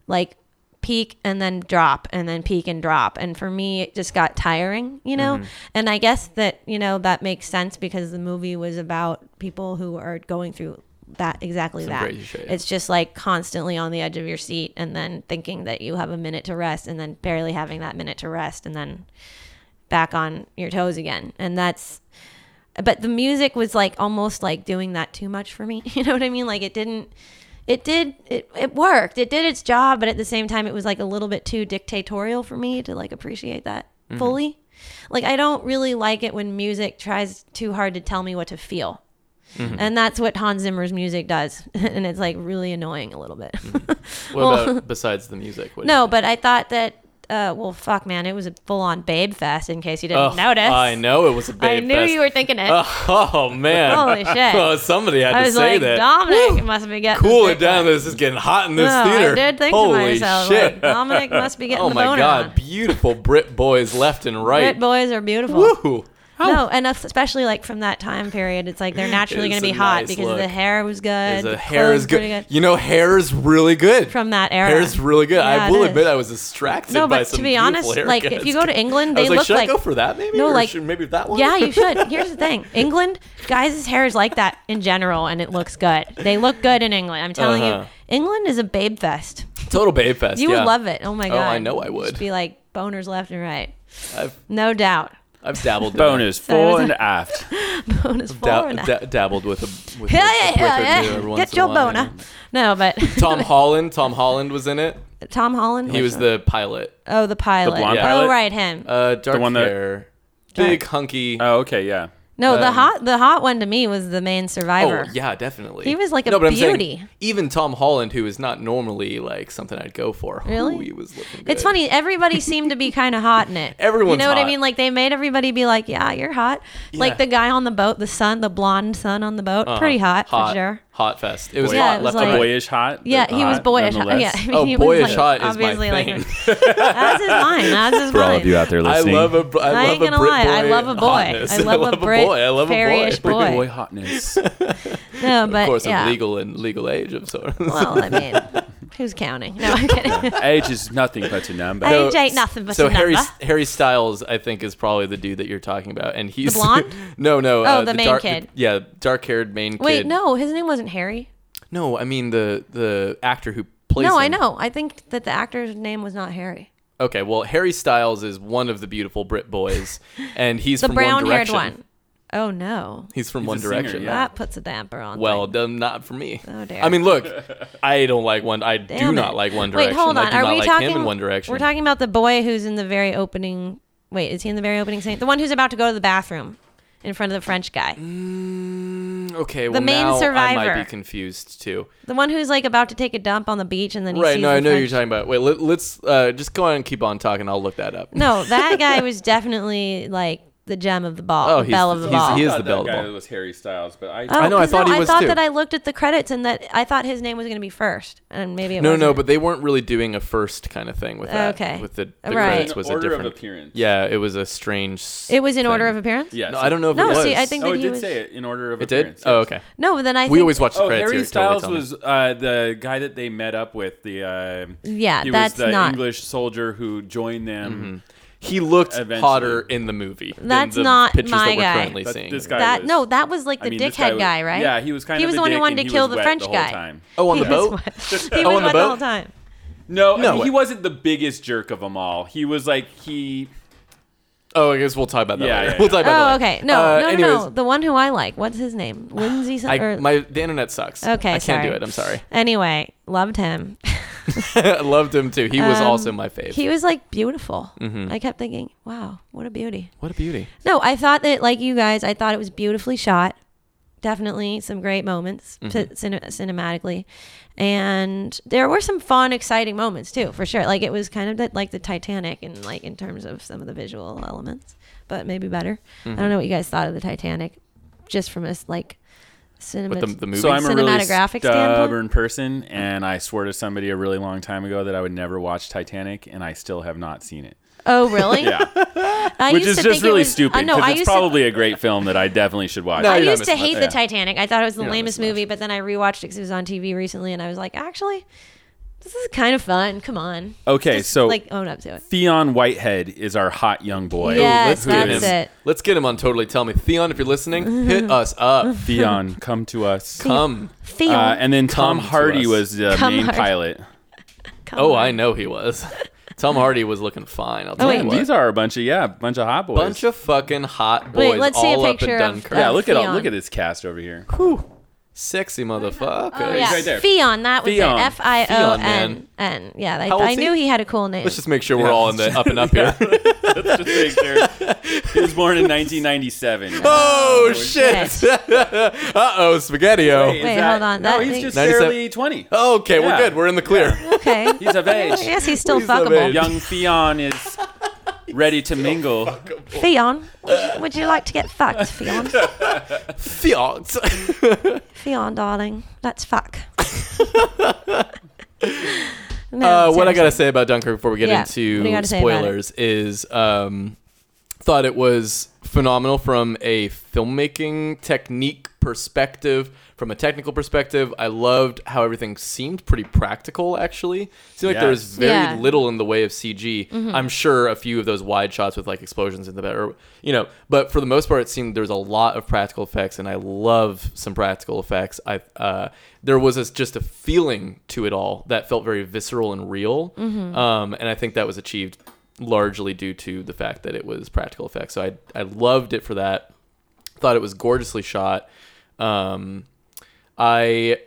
like peak and then drop and then peak and drop and for me it just got tiring you
Mm-hmm.
know and i guess that you know that makes sense because the movie was about people who are going through that exactly that
crazy shit, yeah.
it's just like constantly on the edge of your seat and then thinking that you have a minute to rest and then barely having that minute to rest and then back on your toes again and that's but the music was like almost like doing that too much for me you know what i mean like it didn't it did it, it worked it did its job but at the same time it was like a little bit too dictatorial for me to like appreciate that
Mm-hmm.
fully like i don't really like it when music tries too hard to tell me what to feel
Mm-hmm.
and that's what hans zimmer's music does and it's like really annoying a little bit
Mm-hmm. What
Well-
about besides the music? What do you
no
think?
but i thought that uh, well fuck man it was a full-on babe fest in case you didn't
Ugh,
notice
I know it was a
I
babe
knew
fest.
you were thinking it
Oh, oh, man!
Holy shit.
Oh, somebody had
I
to
was
say
like,
that.
Dominic must be getting
Cool
the
it
big
down.
one.
This is getting hot in this
No,
theater.
Oh, I did think
Holy
to myself,
shit!
like, Dominic must be getting
oh
the
my
boner
god!
on.
Beautiful Brit boys left and right.
Brit boys are beautiful.
Woo!
No, and especially like from that time period, it's like they're naturally
It's
going to
a
be hot
nice
because
look.
the hair was good.
Is a
the
hair is
clothes
good.
pretty
You know, hair is really good.
from that era.
hair is really good.
Yeah,
I
it
will
is.
admit, I was distracted.
No,
by
but
some
to be
beautiful
honest, like, if
haircuts.
you go to England,
I was
they
like,
look
should
like-
I go for that maybe.
No,
Or
like-
should- maybe that one.
Yeah, you should. Here's the thing. England, guys' hair is like that in general and it looks good. They look good in England. I'm telling
Uh-huh.
you. England is a babe fest.
Total babe fest.
You
yeah.
would love it. Oh my
Oh,
god.
I know I would.
Just be like boners left and right.
I've,
No doubt.
I've dabbled. in it.
Bonus, full and aft.
Bonus four.
Da-
and a-
da- dabbled with a. With
yeah,
a-
yeah,
with a
yeah,
new
yeah.
every once
Get
in a
your
while,
boner.
yeah.
No, but
Tom Holland. Tom Holland was in it.
Tom Holland.
He was the pilot.
oh the pilot.
blonde
oh
pilot?
right, him.
Uh, dark
one that-
hair, big hunky.
Oh, okay, yeah.
no, the hot the hot one to me was the main survivor.
um, Oh yeah, definitely.
He was like a
no, but I'm saying
beauty.
even Tom Holland, who is not normally like something I'd go for,
Really?
ooh, he was looking. Good.
It's funny. Everybody seemed to be kind of hot in it.
Everyone's
you know what I
hot.
mean? Like they made everybody be like, "Yeah, you're hot."
Yeah.
Like the guy on the boat, the son, the blonde son on the boat,
Uh-huh.
pretty hot,
hot
for sure.
Hot fest. It was
Yeah,
hot.
it was
left
like-
and right.
Boyish hot.
Yeah,
but
he was
hot
boyish. Hot.
nonetheless.
Yeah, I mean,
Oh,
he
boyish
was, like,
hot is my
obviously, like,
thing.
that's his line. That's his
For all
line.
of you out there
I
listening,
love a. I
I
love
ain't
a
gonna
Brit
lie,
Boy
I love a boy.
hotness.
I love a Brit
boy. I love a boy.
fairy-ish boy.
Big boy hotness.
No, but
Of course,
yeah.
of legal and legal age of sorts.
Well, I mean, Who's counting? No, I'm kidding.
Age is nothing but a number.
I- Age ain't nothing but
so
a
Harry
number.
Harry Styles, I think, is probably the dude that you're talking about, and he's
blonde?
no, no. Oh,
the main
dark,
kid.
yeah, dark-haired main kid.
Wait, no, his name wasn't Harry.
no. I mean the the actor who plays.
No, I
him.
know. I think that the actor's name was not Harry.
Okay, well, Harry Styles is one of the beautiful Brit boys, and he's
The
from One
brown-haired
Direction.
one. Oh no,
He's from One
a singer,
Direction.
yeah.
that puts a damper on.
Well,
things.
done, not for me.
Oh, dear.
I mean, look, I don't like one. I do
Damn
not
it.
like One Direction.
Wait, hold on.
I do
Are
not
we
like
talking?
him in One Direction.
We're talking about the boy who's in the very opening. Wait, is he in the very opening scene? The one who's about to go to the bathroom in front of the French guy.
okay, well,
main
now I might
survivor.
be confused too.
The one who's like about to take a dump on the beach and then he
Right?
sees
No,
the
I know you're
French-
talking about. Wait, let, let's uh, just go on and keep on talking. I'll look that up.
No, that guy was definitely like the gem of the ball,
Oh,
the
he's-
bell of the
he's-
ball.
he is the
I thought
bell
that guy
ball.
was Harry Styles, but I,
Oh,
I know, I
'cause
thought
no,
he was
I thought
too.
that I looked at the credits and that I thought his name was going to be first, and maybe it
No,
wasn't.
no, but they weren't really doing a first kind of thing with that.
Okay.
With the, the
Right.
credits
In
was a
order of
different
appearance.
Yeah, it was a strange. s-
it was in order
thing.
of appearance.
Yes.
No, I don't know if
No,
it was.
see, I think
Oh,
that
it
he
did
was.
say it in order of
it did.
appearance.
Oh,
yes.
okay.
No, but then I.
We
think,
always watch the
Oh,
credits.
Harry
you're totally
Styles
telling me.
was uh, the guy that they met up with. The uh,
Yeah,
he
that's
was the
not-
English soldier who joined them.
Mm-hmm. He looked
Eventually.
hotter in the movie. than
That's
the
not
pictures
my
that we're
guy.
currently
But
seeing.
this guy
That
was-
no, that was like the
I mean, this
dickhead
guy
guy,
was-
right?
yeah, he was kind
He
of a
was the one who
dick
wanted
and
to
he
kill
was
the
wet
French
the whole
guy.
time.
Oh, on
He
the
was
boat?
wet. He
Oh,
was
on the boat?
wet the whole time.
No, I
No
mean,
way.
he wasn't the biggest jerk of them all. He was like he.
Oh, I guess we'll talk about that.
Yeah,
later.
yeah,
We'll
yeah.
talk about
Oh,
that. later.
okay. No,
Uh,
no, no,
anyways,
no. The one who I like. What's his name? Lindsay. some-
I,
or-
my the internet sucks.
okay,
I can't
sorry.
do it. I'm sorry.
Anyway, loved him.
I loved him too. He was
Um,
also my fave.
He was like beautiful. I kept thinking, wow, what a beauty.
what a beauty.
No, I thought that, like you guys, I thought it was beautifully shot. Definitely some great moments
Mm-hmm.
ci- cine- cinematically. And there were some fun, exciting moments too, for sure. Like it was kind of the, like the Titanic in like in terms of some of the visual elements, but maybe better. I
Mm-hmm.
don't know what you guys thought of the Titanic, just from a s- like
But
cinema.
the, the movie.
So I'm a really
Cinematographic
stubborn
standpoint?
person, and I swore to somebody a really long time ago that I would never watch Titanic, and I still have not seen it.
oh, really?
Yeah,
I
which
used
is
to
just
think it
really
was- I
stupid
know.
because
I
it's
used to-
probably a great film that I definitely should watch.
No,
I
you're not
used to
missing
hate
much.
the
Yeah.
Titanic. I thought it was the
You're not
lamest
missing
movie, but then I rewatched it because it was on TV recently, and I was like, actually, this is kind of fun. Come on.
Okay,
Just,
so-
like own up to it.
Theon Whitehead is our hot young boy.
yes,
Who
that's
is-
it.
Let's get him on. Totally. Tell me, Theon, if you're listening, hit us up.
Theon, come to us.
Come.
Theo,
Uh, and then Tom
Come to
Hardy
us.
was the
Come
main
Hardy.
pilot.
come
Oh,
on.
I know he was. Tom Hardy was looking fine. I'll tell
Oh, wait,
you
Man,
what.
these are a bunch of yeah, bunch of hot boys.
bunch of fucking hot boys
Wait, let's see a
all up in
picture of-
Dunkirk.
yeah,
of
look at all,
Theon.
look at this cast over here.
Whew. Sexy motherfucker.
Oh, yeah.
right there.
Fion, that was
Theon.
it. F I O
Theon,
N
man.
N. Yeah, I,
How old's
I knew
he?
he had a cool name.
Let's just make sure we're all in the up and up here.
Just make sure. He was born in 1997.
Oh shit! uh oh,
Is
spaghetti.
Wait, hold on,
No,
that
he's
thing-
just
97
barely 20.
Okay, we're
Yeah.
good. We're in the clear.
okay.
He's of
I
age.
guess he's still
He's of
fuckable.
age.
Young Theon is ready to mingle.
Fion, would you like to get fucked, Fion?
Fiat.
Fion, darling, let's fuck. no,
uh, what I
seriously.
gotta say about Dunkirk before we get
Yeah, what do you
into
gotta say about it?
spoilers is, um, thought it was phenomenal from a filmmaking technique perspective, from a technical perspective. I loved how everything seemed pretty practical. Actually, seemed like there was
Yes.
very
Yeah.
little in the way of CG. I'm sure a few of those wide shots with like explosions in the back, or you know, but for the most part, it seemed there's a lot of practical effects, and I love some practical effects. I uh, there was this, just a feeling to it all that felt very visceral and real, um, and I think that was achieved largely due to the fact that it was practical effects. So I I loved it for that. Thought it was gorgeously shot. Um, I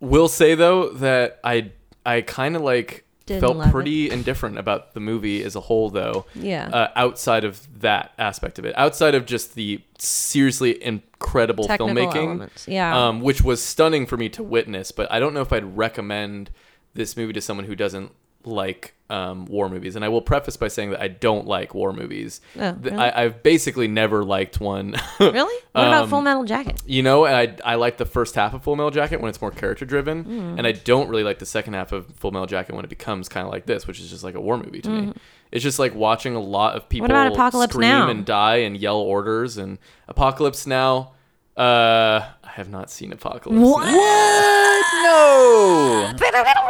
will say though that I I kind of like
Didn't love
felt
it.
pretty indifferent about the movie as a whole though.
Yeah.
Uh, outside of that aspect of it, outside of just the seriously incredible
Technical
filmmaking,
elements, yeah.
um, which was stunning for me to witness. But I don't know if I'd recommend this movie to someone who doesn't like um, war movies. And I will preface by saying that I don't like war movies.
Oh,
Th-
really?
I, I've basically never liked one.
Really? What about
Um,
Full Metal Jacket?
You know, and I, I like the first half of Full Metal Jacket when it's more character driven,
Mm.
and I don't really like the second half of Full Metal Jacket when it becomes kind of like this, which is just like a war movie to me. It's just like watching a lot of people
Mm-hmm. about Apocalypse
scream
Now?
and die and yell orders and Apocalypse Now. Uh, I have not seen Apocalypse. Now.
No.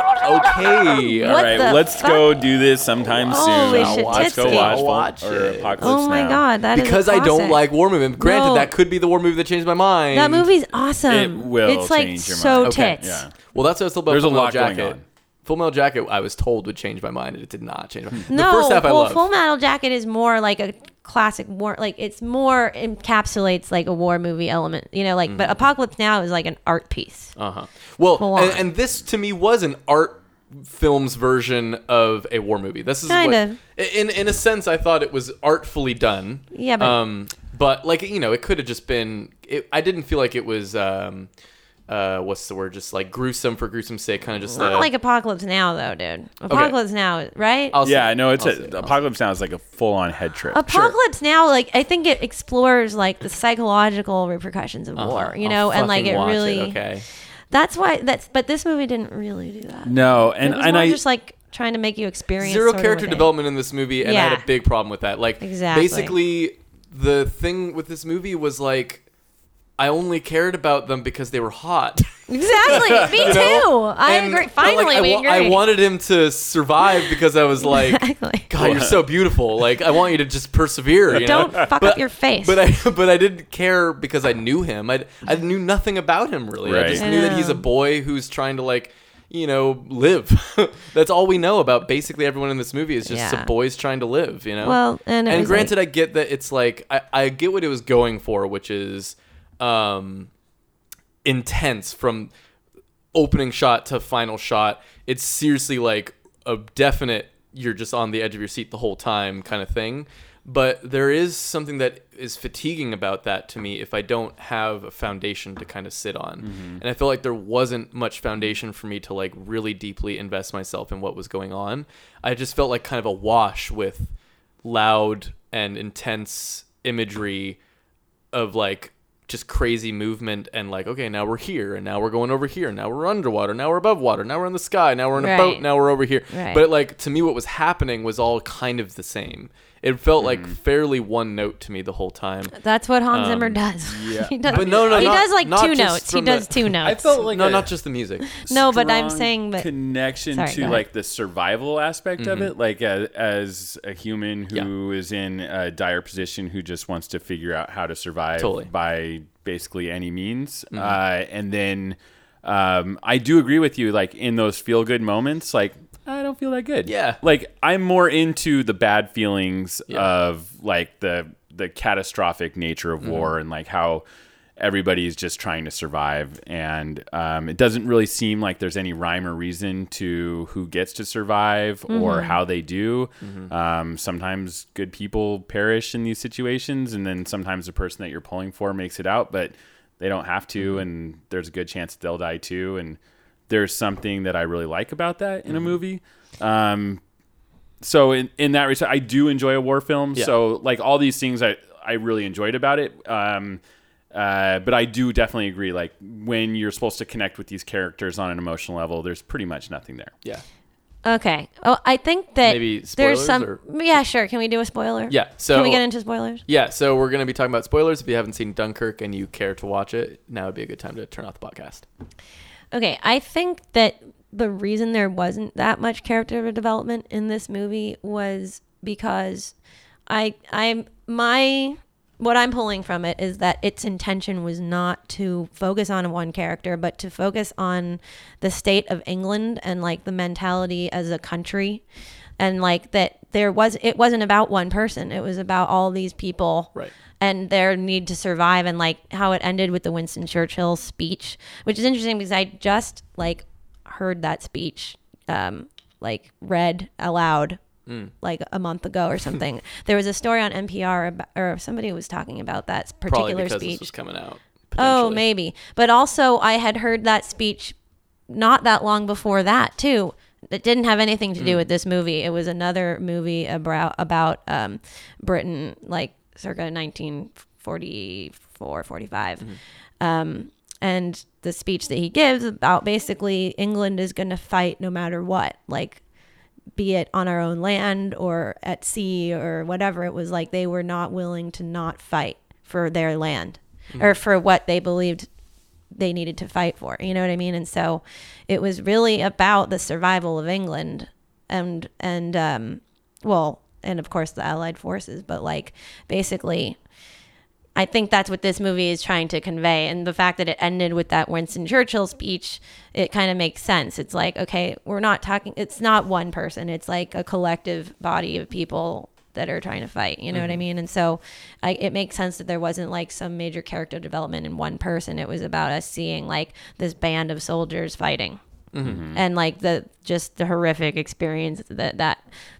Okay. uh,
All
What
right,
the
let's
fuck?
go do this sometime
Oh,
soon.
we should
let's go
tipsy.
watch,
I'll watch
or
it.
Apocalypse
oh my
Now.
god, that is a
because I don't
classic.
like war movie. Granted,
No.
that could be the war movie that changed my mind.
that movie's awesome.
It will
It's like
change your
so
mind.
Okay,
tits.
Yeah.
Well, that's what it's about.
There's
Full
a
Metal
lot going
Jacket.
on.
Full Metal Jacket, I was told would change my mind, and it did not change. My mind.
No,
the first half I
well,
loved.
Full Metal Jacket is more like a classic war. Like it's more encapsulates like a war movie element. You know, like
Mm-hmm.
but Apocalypse Now is like an art piece.
Uh-huh. Well,
Full
and,
on.
and this to me was an art film's version of a war movie. This is
Kind
what,
of.
in in a sense I thought it was artfully done.
Yeah, but-
um, but like you know, it could have just been. It, I didn't feel like it was. Um, uh, what's the word? Just like gruesome for gruesome's sake, kind of just.
Not
uh,
like Apocalypse Now though, dude. Apocalypse Now, right?
I'll
Yeah,
say-
no, it's
I'll
a,
say- I'll
Apocalypse Now is like a full on head trip.
Apocalypse Now, like I think it explores like the psychological repercussions of war, you
Uh-huh. I'll
know, and like
fucking
it
watch
really.
okay.
That's why that's. But this movie didn't really do that.
No, and
It was
and
more
I
just like trying to make you experience
zero
sort of
character
with it.
development in this movie, and I had
Yeah.
a big problem with that. Like,
Exactly.
basically, the thing with this movie was like, I only cared about them because they were hot.
Exactly. Me
You
too.
know?
I
And, uh,
agree.
like,
Finally,
I,
we
wa-
agree.
I wanted him to survive because I was like,
Exactly.
God, you're so beautiful. Like, I want you to just persevere. You
Don't
know?
fuck
But-
up your face.
But I, but I didn't care because I knew him. I, I knew nothing about him really. I
Right.
just
I
knew that
know.
he's a boy who's trying to like, you know, live. That's all we know about basically everyone in this movie is just
Yeah.
a boy's trying to live. You know.
Well, and it
and
was,
granted,
like-
I get that it's like I, I get what it was going for, which is, um, intense from opening shot to final shot. It's seriously like a definite you're just on the edge of your seat the whole time kind of thing. But there is something that is fatiguing about that to me if I don't have a foundation to kind of sit on. And I feel like there wasn't much foundation for me to like really deeply invest myself in what was going on. I just felt like kind of awash with loud and intense imagery of like just crazy movement and like okay now we're here and now we're going over here now we're underwater now we're above water now we're in the sky now we're in a
Right.
boat now we're over here
Right.
but like to me what was happening was all kind of the same it felt like
Mm.
fairly one note to me the whole time
That's what Hans Zimmer does. he does.
Um, But no, no,
he
not-
does like
not
two
just
notes. He
from the-
does two notes.
I felt like
no
a
not just the music
no, but I'm
strong
saying, but
connection
Sorry, go
to
ahead.
like the survival aspect of it, like as, as a human who is in a dire position who just wants to figure out how to survive
Totally.
by basically any means, uh, and then um, I do agree with you, like in those feel good moments, like. I don't feel that good.
Yeah.
Like I'm more into the bad feelings
Yeah.
of like the the catastrophic nature
Mm-hmm.
of war and like how everybody's just trying to survive and um, it doesn't really seem like there's any rhyme or reason to who gets to survive
Mm-hmm.
or how they do um, sometimes good people perish in these situations and then sometimes the person that you're pulling for makes it out but they don't have
Mm-hmm.
to and there's a good chance they'll die too and there's something that i really like about that
Mm-hmm.
in a movie um, so in, in that respect, I do enjoy a war film.
Yeah.
So like all these things, I I really enjoyed about it. Um, uh, but I do definitely agree. Like when you're supposed to connect with these characters on an emotional level, there's pretty much nothing there.
yeah
okay. Oh, I think that
Maybe
there's
spoilers
some.
or-
Yeah, sure. Can we do a spoiler?
Yeah, so-
can we get into spoilers?
yeah so we're gonna be talking about spoilers if you haven't seen dunkirk and you care to watch it now would be a good time to turn off the podcast
Okay, I think that the reason there wasn't that much character development in this movie was because I I'm my what I'm pulling from it is that its intention was not to focus on one character, but to focus on the state of England and like the mentality as a country, and like that there was it wasn't about one person; it was about all these people,
Right.
and their need to survive and like how it ended with the Winston Churchill speech, which is interesting because I just like heard that speech um like read aloud like a month ago
Hmm.
or something. there was a story on NPR about, or somebody was talking about that
probably
particular
because
speech.
this was coming out
oh,
potentially.
maybe. But also I had heard that speech not that long before that too. It didn't have anything
Hmm.
to do with this movie. It was another movie about about um, Britain, like circa 1944, 45.
Hmm.
Um, and the speech that he gives about basically England is going to fight no matter what, like be it on our own land or at sea or whatever. It was like they were not willing to not fight for their land or for what they believed they needed to fight for. You know what I mean? And so it was really about the survival of England and and um well, and of course the allied forces, but like basically I think that's what this movie is trying to convey. And the fact that it ended with that Winston Churchill speech, it kind of makes sense. It's like, okay, we're not talking, it's not one person, it's like a collective body of people that are trying to fight. You know what I mean? And so I, it makes sense that there wasn't like some major character development in one person. It was about us seeing like this band of soldiers fighting.
Mm-hmm.
And like the just the horrific experience that that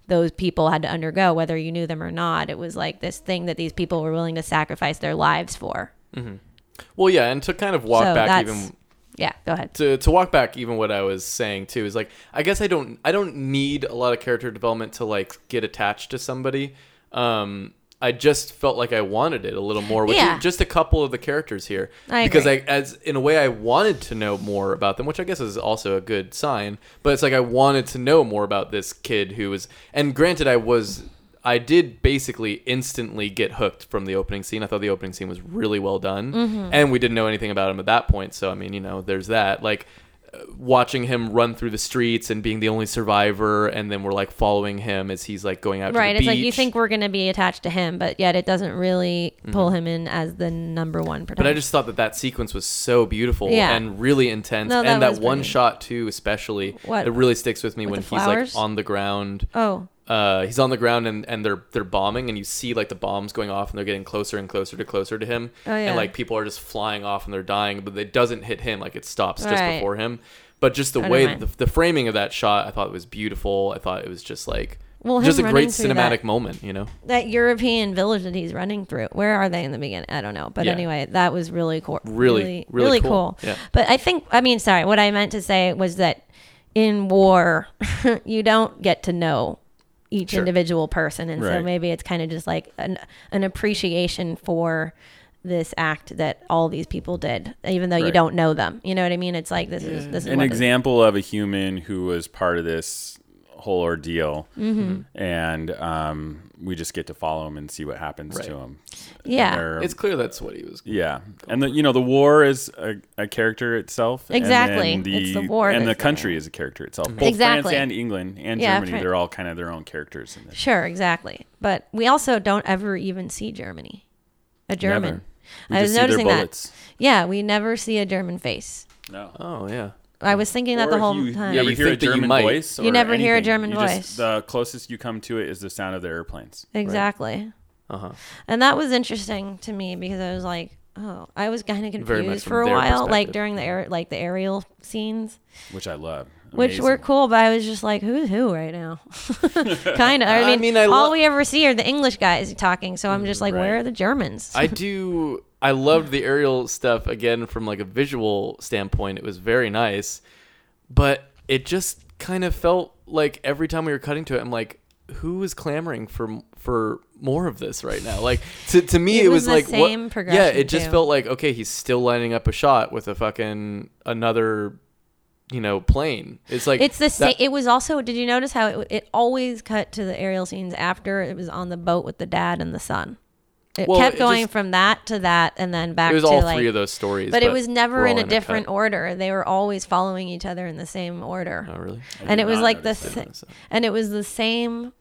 those people had to undergo, whether you knew them or not, it was like this thing that these people were willing to sacrifice their lives for.
Well, yeah, and to kind of walk
so
back
that's
even
yeah. Go ahead.
to, to walk back even what I was saying too is like I guess I don't I don't need a lot of character development to like get attached to somebody. Um, I just felt like I wanted it a little more with
Yeah.
just a couple of the characters here
I
because
agree.
I as in a way I wanted to know more about them, which I guess is also a good sign. But it's like I wanted to know more about this kid who was and granted I was I did basically instantly get hooked from the opening scene. I thought the opening scene was really well done,
Mm-hmm.
and we didn't know anything about him at that point. So I mean, you know, there's that. Like uh, watching him run through the streets and being the only survivor, and then we're like following him as he's like going out
Right.
to the
It's
beach.
like you think we're going to be attached to him, but yet it doesn't really pull him in as the number one protagonist.
Mm-hmm. But I just thought that that sequence was so beautiful
Oh. Yeah.
and really intense,
No, that
and that
was
one
pretty.
shot too, especially.
What?
It really sticks with me
With
when
the
he's like
flowers?
on the ground.
Oh,
Uh, he's on the ground and, and they're they're bombing, and you see like the bombs going off, and they're getting closer and closer to closer to him,
Oh, yeah.
and like people are just flying off and they're dying, but it doesn't hit him; like it stops just
Right.
before him. But just the
I don't
way
mind.
the, the framing of that shot, I thought it was beautiful. I thought it was just like
Well, him
just a great
running through
cinematic
that-
moment, you know.
that European village that he's running through. Where are they in the beginning? I don't know. But
Yeah.
anyway, that was really cool.
Really-
really,
really
really
cool.
cool.
Yeah.
But I think, I mean, sorry, what I meant to say was that in war, you don't get to know each
Sure.
individual person. And so
Right.
maybe it's kind of just like an, an appreciation for this act that all these people did, even though you
Right.
don't know them. You know what I mean? It's like, this is, this is
an
what it-
example of a human who was part of this whole ordeal,
Mm-hmm.
and um, we just get to follow him and see what happens to
Right.
him.
Yeah.
Or-
It's clear that's what he was.
yeah, and the, you know the war is a, a character itself. and
Exactly.
then
It's the war
and the
that's-
country is a character itself. Both France
Exactly.
and England and
Yeah,
Germany,
Fran-
they're all kind of their own characters in this.
Sure, exactly. But we also don't ever even see Germany. A German.
Never. We
I
just
was
see their
noticing that.
bullets.
Yeah, we never see a German face.
No.
Oh yeah.
I was thinking that
Or
the
if
whole
you
time.
Yeah,
never
you
hear a
think that you
German
might.
voice.
You
or
never hear a
anything.
German
You just-
voice.
the closest you come to it is the sound of the airplanes.
exactly.
Uh-huh.
And that was interesting to me because I was like, oh, I was kind of
Very much
confused
from
for a
their
while, like
perspective.
during the air, like the aerial scenes.
which I love.
which
Amazing.
were cool, but I was just like, who's who right now? kind of. I mean,
mean, I
all
lo-
we ever see are the English guys talking, so I'm just like, where are the Germans?
I do. I loved the aerial stuff again from like a visual standpoint. It was very nice, but it just kind of felt like every time we were cutting to it, I'm like, who is clamoring for for more of this right now? Like to, to me, it,
It was the
like
same
what? Yeah,
progression,
it just
too.
felt like okay, he's still lining up a shot with a fucking another, you know, plane. It's like
It's the same.
that-
It was also. Did you notice how it, it always cut to the aerial scenes after it was on the boat with the dad and the son? It
Well,
kept
it
going
just-
from that to that and then back
It was
to
all
like.
three of those stories,
but, it was
we're
never in
all
a
cut.
different order. They were always following each other in the same order.
Oh, really?
and
did
it was
not
like the
notice
that.
sa- and it was the same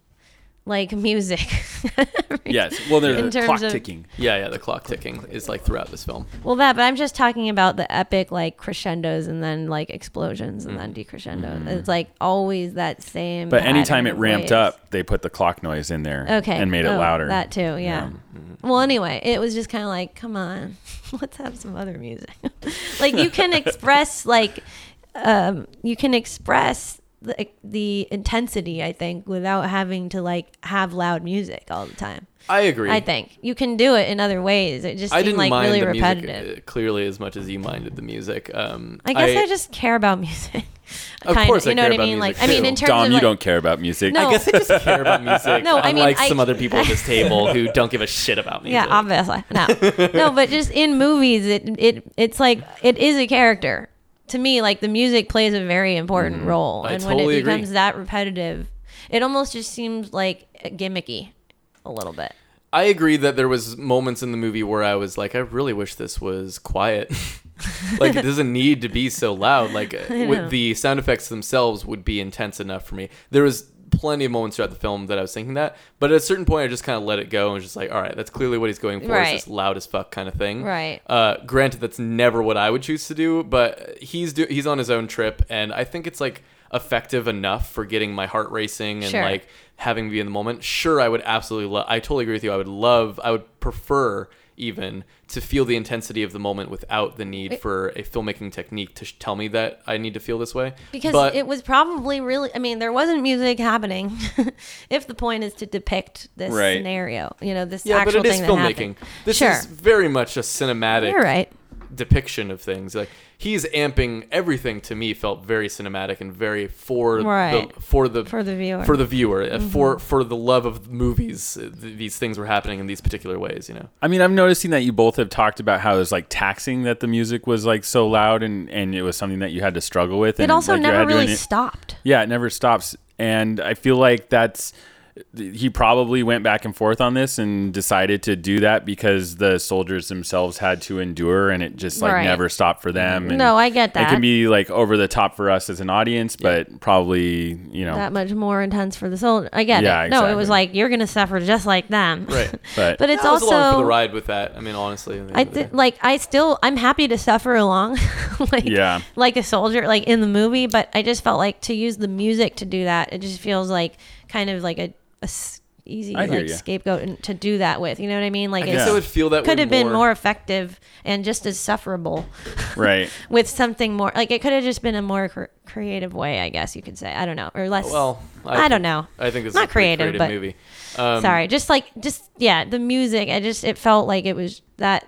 like music.
yes. Well, there's
In
a
terms
clock
of-
ticking.
Yeah, yeah. The clock ticking is like throughout this film.
Well, that, but I'm just talking about the epic like crescendos and then like explosions and then
Mm-hmm.
decrescendos. It's like always that same.
But anytime it
pattern of
ramped
waves.
up, they put the clock noise in there.
okay,
And made it
Oh,
louder.
That too, yeah.
Mm-hmm.
Well, anyway, it was just kind of like, come on, let's have some other music. like you can express like, um, you can express. The, the intensity I think without having to like have loud music all the time
I agree.
I think you can do it in other ways it just
I
seemed
didn't
like
mind
really
the
repetitive
music uh, clearly as much as you minded the music. Um,
I guess I, just care about music.
Of
Kinda,
course I
you know
care
what
about
I mean.
music,
like, I mean,
too.
in terms
Dom,
of
you
like,
don't care about music.
No,
I guess I just care about music.
No, I mean,
unlike
I-
some other people at this table who don't give a shit about music.
yeah, um, obviously, no, no, but just in movies, it it it's like it is a character to me. Like the music plays a very important role,
Mm-hmm. I
and when
totally
it
agree.
becomes that repetitive, it almost just seems like gimmicky a little bit.
I agree that there was moments in the movie where I was like, I really wish this was quiet. like it doesn't need to be so loud. Like uh, with the sound effects themselves would be intense enough for me. There was plenty of moments throughout the film that I was thinking that, but at a certain point I just kind of let it go and was just like, all right, that's clearly what he's going for.
Right.
It's this loud as fuck kind of thing.
Right.
Uh, granted, that's never what I would choose to do, but he's do- he's on his own trip, and I think it's like effective enough for getting my heart racing and
Sure.
like having me be in the moment. Sure, I would absolutely love. I totally agree with you. I would love. I would prefer even to feel the intensity of the moment without the need for a filmmaking technique to sh- tell me that I need to feel this way.
Because
But-
it was probably really, I mean, there wasn't music happening. if the point is to depict this
Right.
scenario, you know, this
yeah, but
actual
it is
thing that
filmmaking.
happened.
This
sure,
is very much a cinematic.
you're right.
depiction of things. Like he's amping everything to me felt very cinematic and very for
Right.
the for the
For the viewer. Mm-hmm.
for the viewer uh, for for the love of movies. uh, th- these things were happening in these particular ways. You know,
I mean, I'm noticing that you both have talked about how it was like taxing that the music was like so loud and and it was something that you had to struggle with.
It
and
also
like, you
never
had to-
really
and it-
stopped.
Yeah, it never stops. And I feel like that's he probably went back and forth on this and decided to do that because the soldiers themselves had to endure and it just like
Right.
never stopped for them. And
No, I get
It
that.
can be like over the top for us as an audience, but probably, you know,
That much more intense for the soldier. I get
Yeah,
it. No, it was
exactly.
like you're gonna suffer just like them.
right?
but,
But it's
I was
also
along for the ride with that. I mean, honestly, at the
I
end of the
th-
day.
like I still I'm happy to suffer along like
Yeah.
like a soldier like in the movie but I just felt like to use the music to do that it just feels like kind of like a, a s- easy
I hear
like
ya.
scapegoat and- to do that with you know what I mean like
I
it's-
guess I would feel that
could
way
have been more effective and just as sufferable
right.
with something more like it could have just been a more cr- creative way I guess you could say I don't know or less
Well,
I don't
think-
know.
I think it's
Not
a pretty
creative,
creative
but-
movie. Um,
sorry just like just yeah the music I just it felt like it was that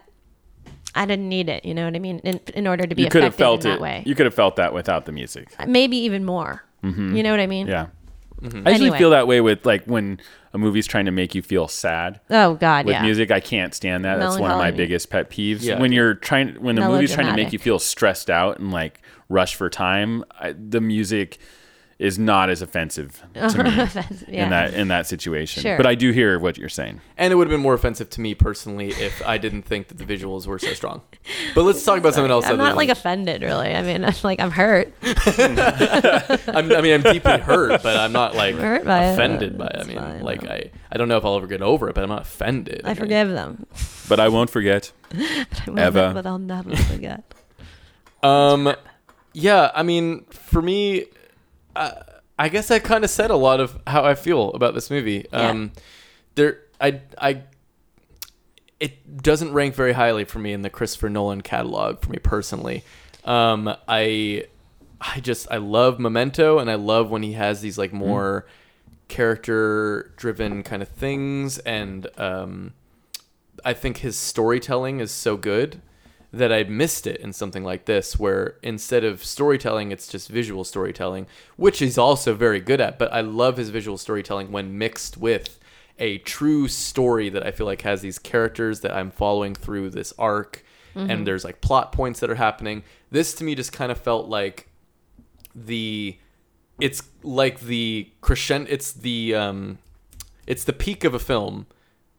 I didn't need it you know what I mean in, in order to be
You could have
effective
felt
in
it.
that way Uh,
You could have felt that without the music.
maybe even more you know what I mean
Mm-hmm. Yeah. I usually
Anyway.
feel that way with like when a movie's trying to make you feel sad
oh god
with
yeah
music. I can't stand that. That's one of my
Melancholy.
biggest pet peeves.
Yeah.
When you're trying, when the movie's trying to make
Melodramatic.
you feel stressed out and like rush for time, I, the music is not as offensive to me
yeah
in that in that situation.
Sure.
But I do hear what you're saying.
And it would have been more offensive to me personally if I didn't think that the visuals were so strong. But let's talk about something else.
I'm
other
not
than-
like offended really I mean I'm like I'm hurt
I'm, I mean, I'm deeply hurt, but I'm not like
Hurt by it,
offended
uh,
by it. I
it's
mean,
fine,
like I, I don't know if I'll ever get over it, but I'm not offended.
I forgive them
But I won't forget.
I
Eva.
will never- but I'll never forget
Um, yeah, I mean, for me, uh, I guess I kind of said a lot of how I feel about this movie. Um, there, I, I, it doesn't rank very highly for me in the Christopher Nolan catalog for me personally. Um, I, I just I love Memento, and I love when he has these like more character-driven kind of things, and um, I think his storytelling is so good that I missed it in something like this, where instead of storytelling, it's just visual storytelling, which he's also very good at. But I love his visual storytelling when mixed with a true story that I feel like has these characters that I'm following through this arc, and there's like plot points that are happening. This to me just kind of felt like the it's like the crescendo it's the um it's the peak of a film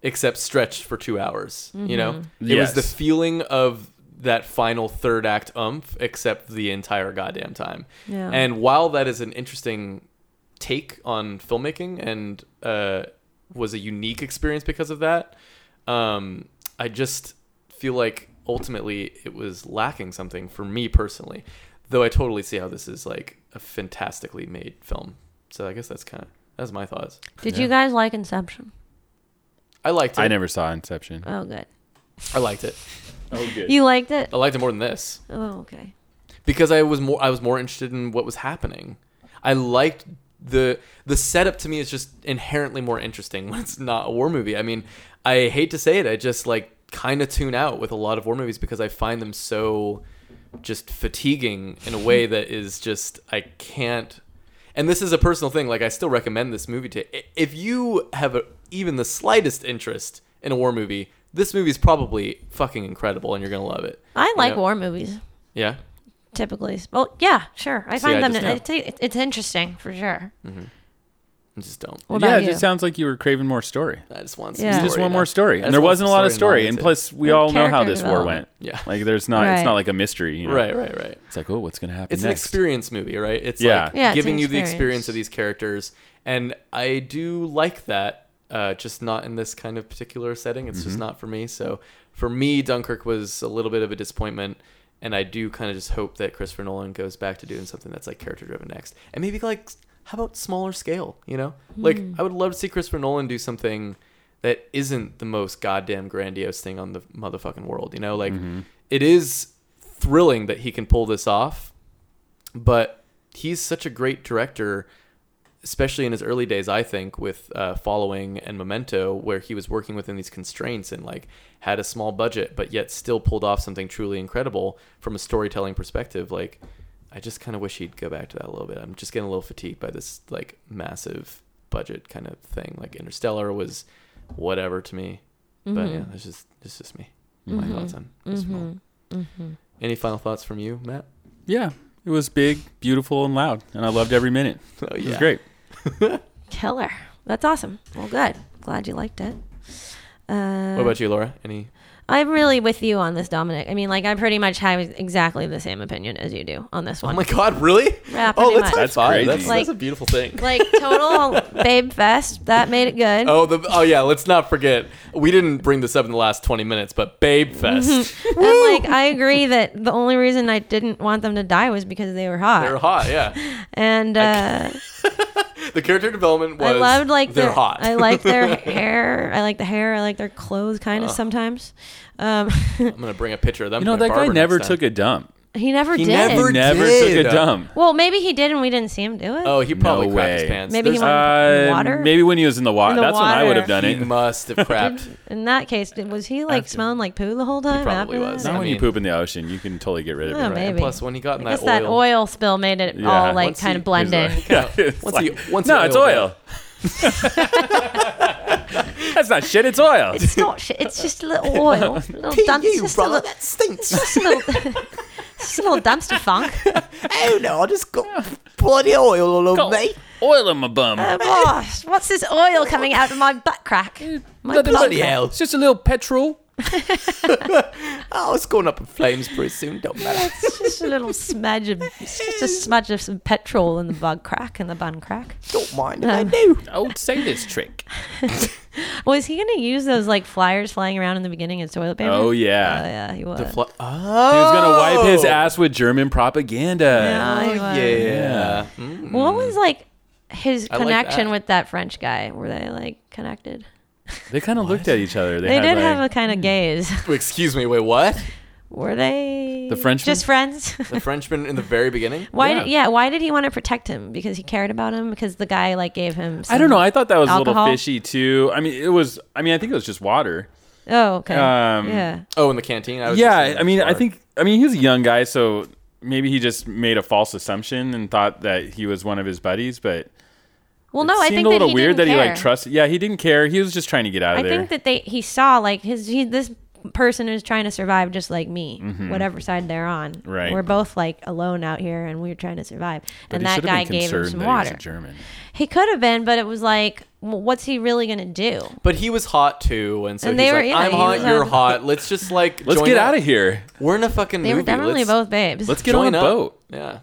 except stretched for two hours you know it was
Yes.
the feeling of that final third act umph except the entire goddamn time
Yeah.
and while that is an interesting take on filmmaking and uh, was a unique experience because of that um, i just feel like ultimately it was lacking something for me personally though i totally see how this is like a fantastically made film so i guess that's kind of that's my thoughts
did you guys like Inception
i liked it
I never saw Inception.
oh good
i liked it
Oh, good.
you liked it
i liked it more than this
oh okay
because I was more I was more interested in what was happening. I liked the the setup to me is just inherently more interesting when it's not a war movie. I mean, I hate to say it, I just like kind of tune out with a lot of war movies because I find them so just fatiguing in a way that is just I can't and this is a personal thing like i still recommend this movie to i- if you have a, even the slightest interest in a war movie this movie is probably fucking incredible and you're gonna love it
I
You
like
know?
war movies
yeah
typically. Well, yeah, sure. I
See, I
find them.
just-
it's, it's interesting for sure.
I just don't.
What
yeah,
about
it
you?
just sounds like you were craving more story.
I just want some
Yeah.
story.
You
just want more
now. I
story,
just
and there
want
wasn't a
some
lot of
story
story.
now,
And
that's
plus, we all know how
character
this war went.
development.
Yeah.
like there's not. It's
Right.
not like a mystery. You know?
Right, right, right.
It's like, oh, what's gonna happen?
It's an
next?
experience movie, right? It's
Yeah.
like
Yeah, it's
giving
an
you the experience
experience.
of these characters. And I do like that, uh, just not in this kind of particular setting. It's
Mm-hmm.
just not for me. So for me, Dunkirk was a little bit of a disappointment. And I do kind of just hope that Christopher Nolan goes back to doing something that's like character driven next. And maybe like, how about smaller scale, you know? Like,
Hmm.
I would love to see Christopher Nolan do something that isn't the most goddamn grandiose thing on the motherfucking world, you know? Like,
Mm-hmm.
it is thrilling that he can pull this off but he's such a great director especially in his early days i think with uh, following and memento where he was working within these constraints and like had a small budget but yet still pulled off something truly incredible from a storytelling perspective like i just kind of wish he'd go back to that a little bit i'm just getting a little fatigued by this like massive budget kind of thing like interstellar was whatever to me but yeah that's just it's just me my thoughts on this film any final thoughts from you matt
Yeah, it was big, beautiful, and loud, and I loved every minute.
oh
It was great.
Killer. That's awesome. Well, good. Glad you liked it. Uh,
what about you laura any
I'm really with you on this, Dominic. I mean, like, I pretty much have exactly the same opinion as you do on this
Oh
one.
my god, really?
Yeah,
oh,
pretty
let's
much.
high
That's
five.
crazy.
That's,
Like-
that's a beautiful thing.
like, total babe fest. That made it good.
Oh, the oh yeah. Let's not forget. We didn't bring this up in the last twenty minutes, but Babe Fest.
Mm-hmm. And, like, I agree that the only reason I didn't want them to die was because they were hot.
They're hot. Yeah.
And uh,
The character development was.
I loved, like,
they're
their,
hot.
I like their hair. I like the hair. I like their clothes, kind of, sometimes. Um,
I'm gonna bring a picture of them.
You know, that guy never took a dump.
he never
He
did.
never- Or
Never
did.
took a dump.
well, maybe he did and we didn't see him do it.
Oh, he probably
No
crapped his
way.
pants.
Maybe he
There's-
went-
Uh,
Water?
Maybe when he was in the water.
In the
That's when I would
water.
have done
He
it.
must have crapped.
In that case, did- was he like smelling like poo the whole time?
probably
after
was.
That?
Not
I
when
mean-
you poop in the ocean, you can totally get rid of
Oh,
it.
maybe.
And plus, when he got in
I guess
that
that
oil,
oil spill made it
Yeah.
all like
Once
kind
he-
of blend in.
Yeah, it's
Once
like-
you- once
no,
you
it's
oil
oil. That's not shit. It's oil.
It's not shit. It's just a little oil. A little dun-
you,
just, a
brother,
little,
that stinks.
just a little. Just a little dumpster funk.
oh no, I just got bloody oil all over me.
oil on my bum.
Oh, gosh, what's this oil coming out of my butt crack? My
Bloody
butt
Bloody hell.
It's just a little petrol.
Oh, it's going up in flames pretty soon, don't matter.
It's just a little smudge of, it's just a smudge of some petrol in the bug crack and the bun crack.
don't mind if I do.
Old sailor's trick.
Was he gonna use those like flyers flying around in the beginning as toilet paper?
Oh
Oh,
yeah.
yeah, he was.
the fl- oh,
He was gonna wipe his ass with German propaganda.
yeah, he
Oh, yeah.
was. What
Mm.
was like his
like
connection
that.
with that French guy? Were they like connected?
They kind of looked at each other. They,
They
had,
did
like, Hmm.
have a kind of gaze.
Excuse me. Wait, what?
Were they
The Frenchman?
Just friends.
The Frenchman in the very beginning.
why?
Yeah.
Did, yeah. Why did he want to protect him? Because he cared about him. Because the guy like gave him. Some,
I don't know. I thought that was a
Alcohol?
little fishy too. I mean, it was. I mean, I think it was just water.
Oh, okay.
Um,
yeah.
Oh, in the canteen. I was just
Yeah,
saying
I mean, I
bar.
think. I mean, he was a young guy, so maybe he just made a false assumption and thought that he was one of his buddies. But
Well, no,
it
I
seemed
think
a little
that he
weird
didn't
that he
care.
like trusted. Yeah, he didn't care. He was just trying to get out of
I
there.
think that they he saw like his he, this person is trying to survive just like me, whatever side they're on.
Mm-hmm. Right.
We're both like alone out here, and we're trying to survive.
but
and
he
that
should
guy
have been
gave him
concerned
some
that He
water.
was a German.
He could have been, but it was like, w- what's he really gonna do?
But he was hot too, and so
And
he's
they were-
like,
yeah,
"I'm
he
hot,
was
you're
on-
hot. Let's just like
Let's
join
get
up.
out of here.
We're in a fucking
They
movie.
were definitely
let's,
both babes.
Let's get
join
on a
up.
boat.
Yeah,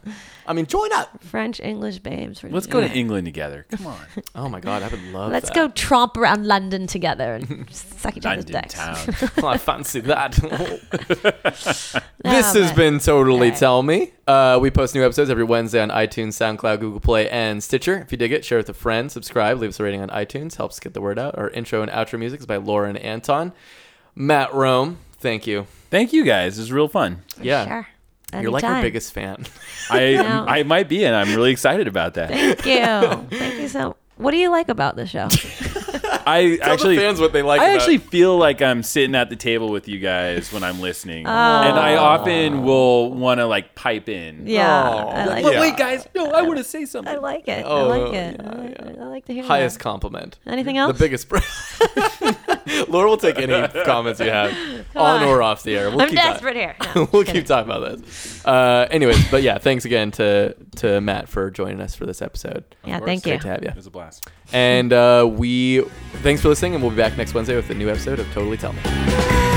I mean, join up.
French English babes.
Let's go to England together. Come on,
Oh my god, I would love.
Let's
that.
go tromp around London together and suck each other's
London
dicks.
town.
Oh, I fancy that.
No,
this has
Ah, but-
been totally
Okay.
tell me. Uh, we post new episodes every Wednesday on iTunes, SoundCloud, Google Play, and Stitcher. If you dig it, share with a friend, subscribe, leave us a rating on iTunes. Helps get the word out. Our intro and outro music is by Lauren Anton, Matt Rome. Thank you.
Thank you guys. It was real fun.
Yeah,
Sure.
you're like our
Anytime.
biggest fan.
I
No.
I might be, and I'm really excited about that.
Thank you. Thank you so. What do you like about the show?
I actually
Tell the fans what they like.
I
about-
actually feel like I'm sitting at the table with you guys when I'm listening, and I often will want to like pipe in.
Yeah,
Aw.
I like
But
it.
wait, guys, no, I want to say
I
something.
like it.
Oh,
I like it.
yeah,
I, like, I like to hear
highest
that.
compliment.
Anything else?
The biggest. Laura will take any comments you have on,
on.
or off the air. We'll
I'm
keep talk-
desperate here. No,
we'll
just kidding.
keep talking about this. Uh, anyways, but yeah, thanks again to to Matt for joining us for this episode.
yeah,
course.
thank you.
Great to have you.
It was a blast.
And uh, we thanks for listening, and we'll be back next Wednesday with a new episode of Totally Tell Me.
Bye.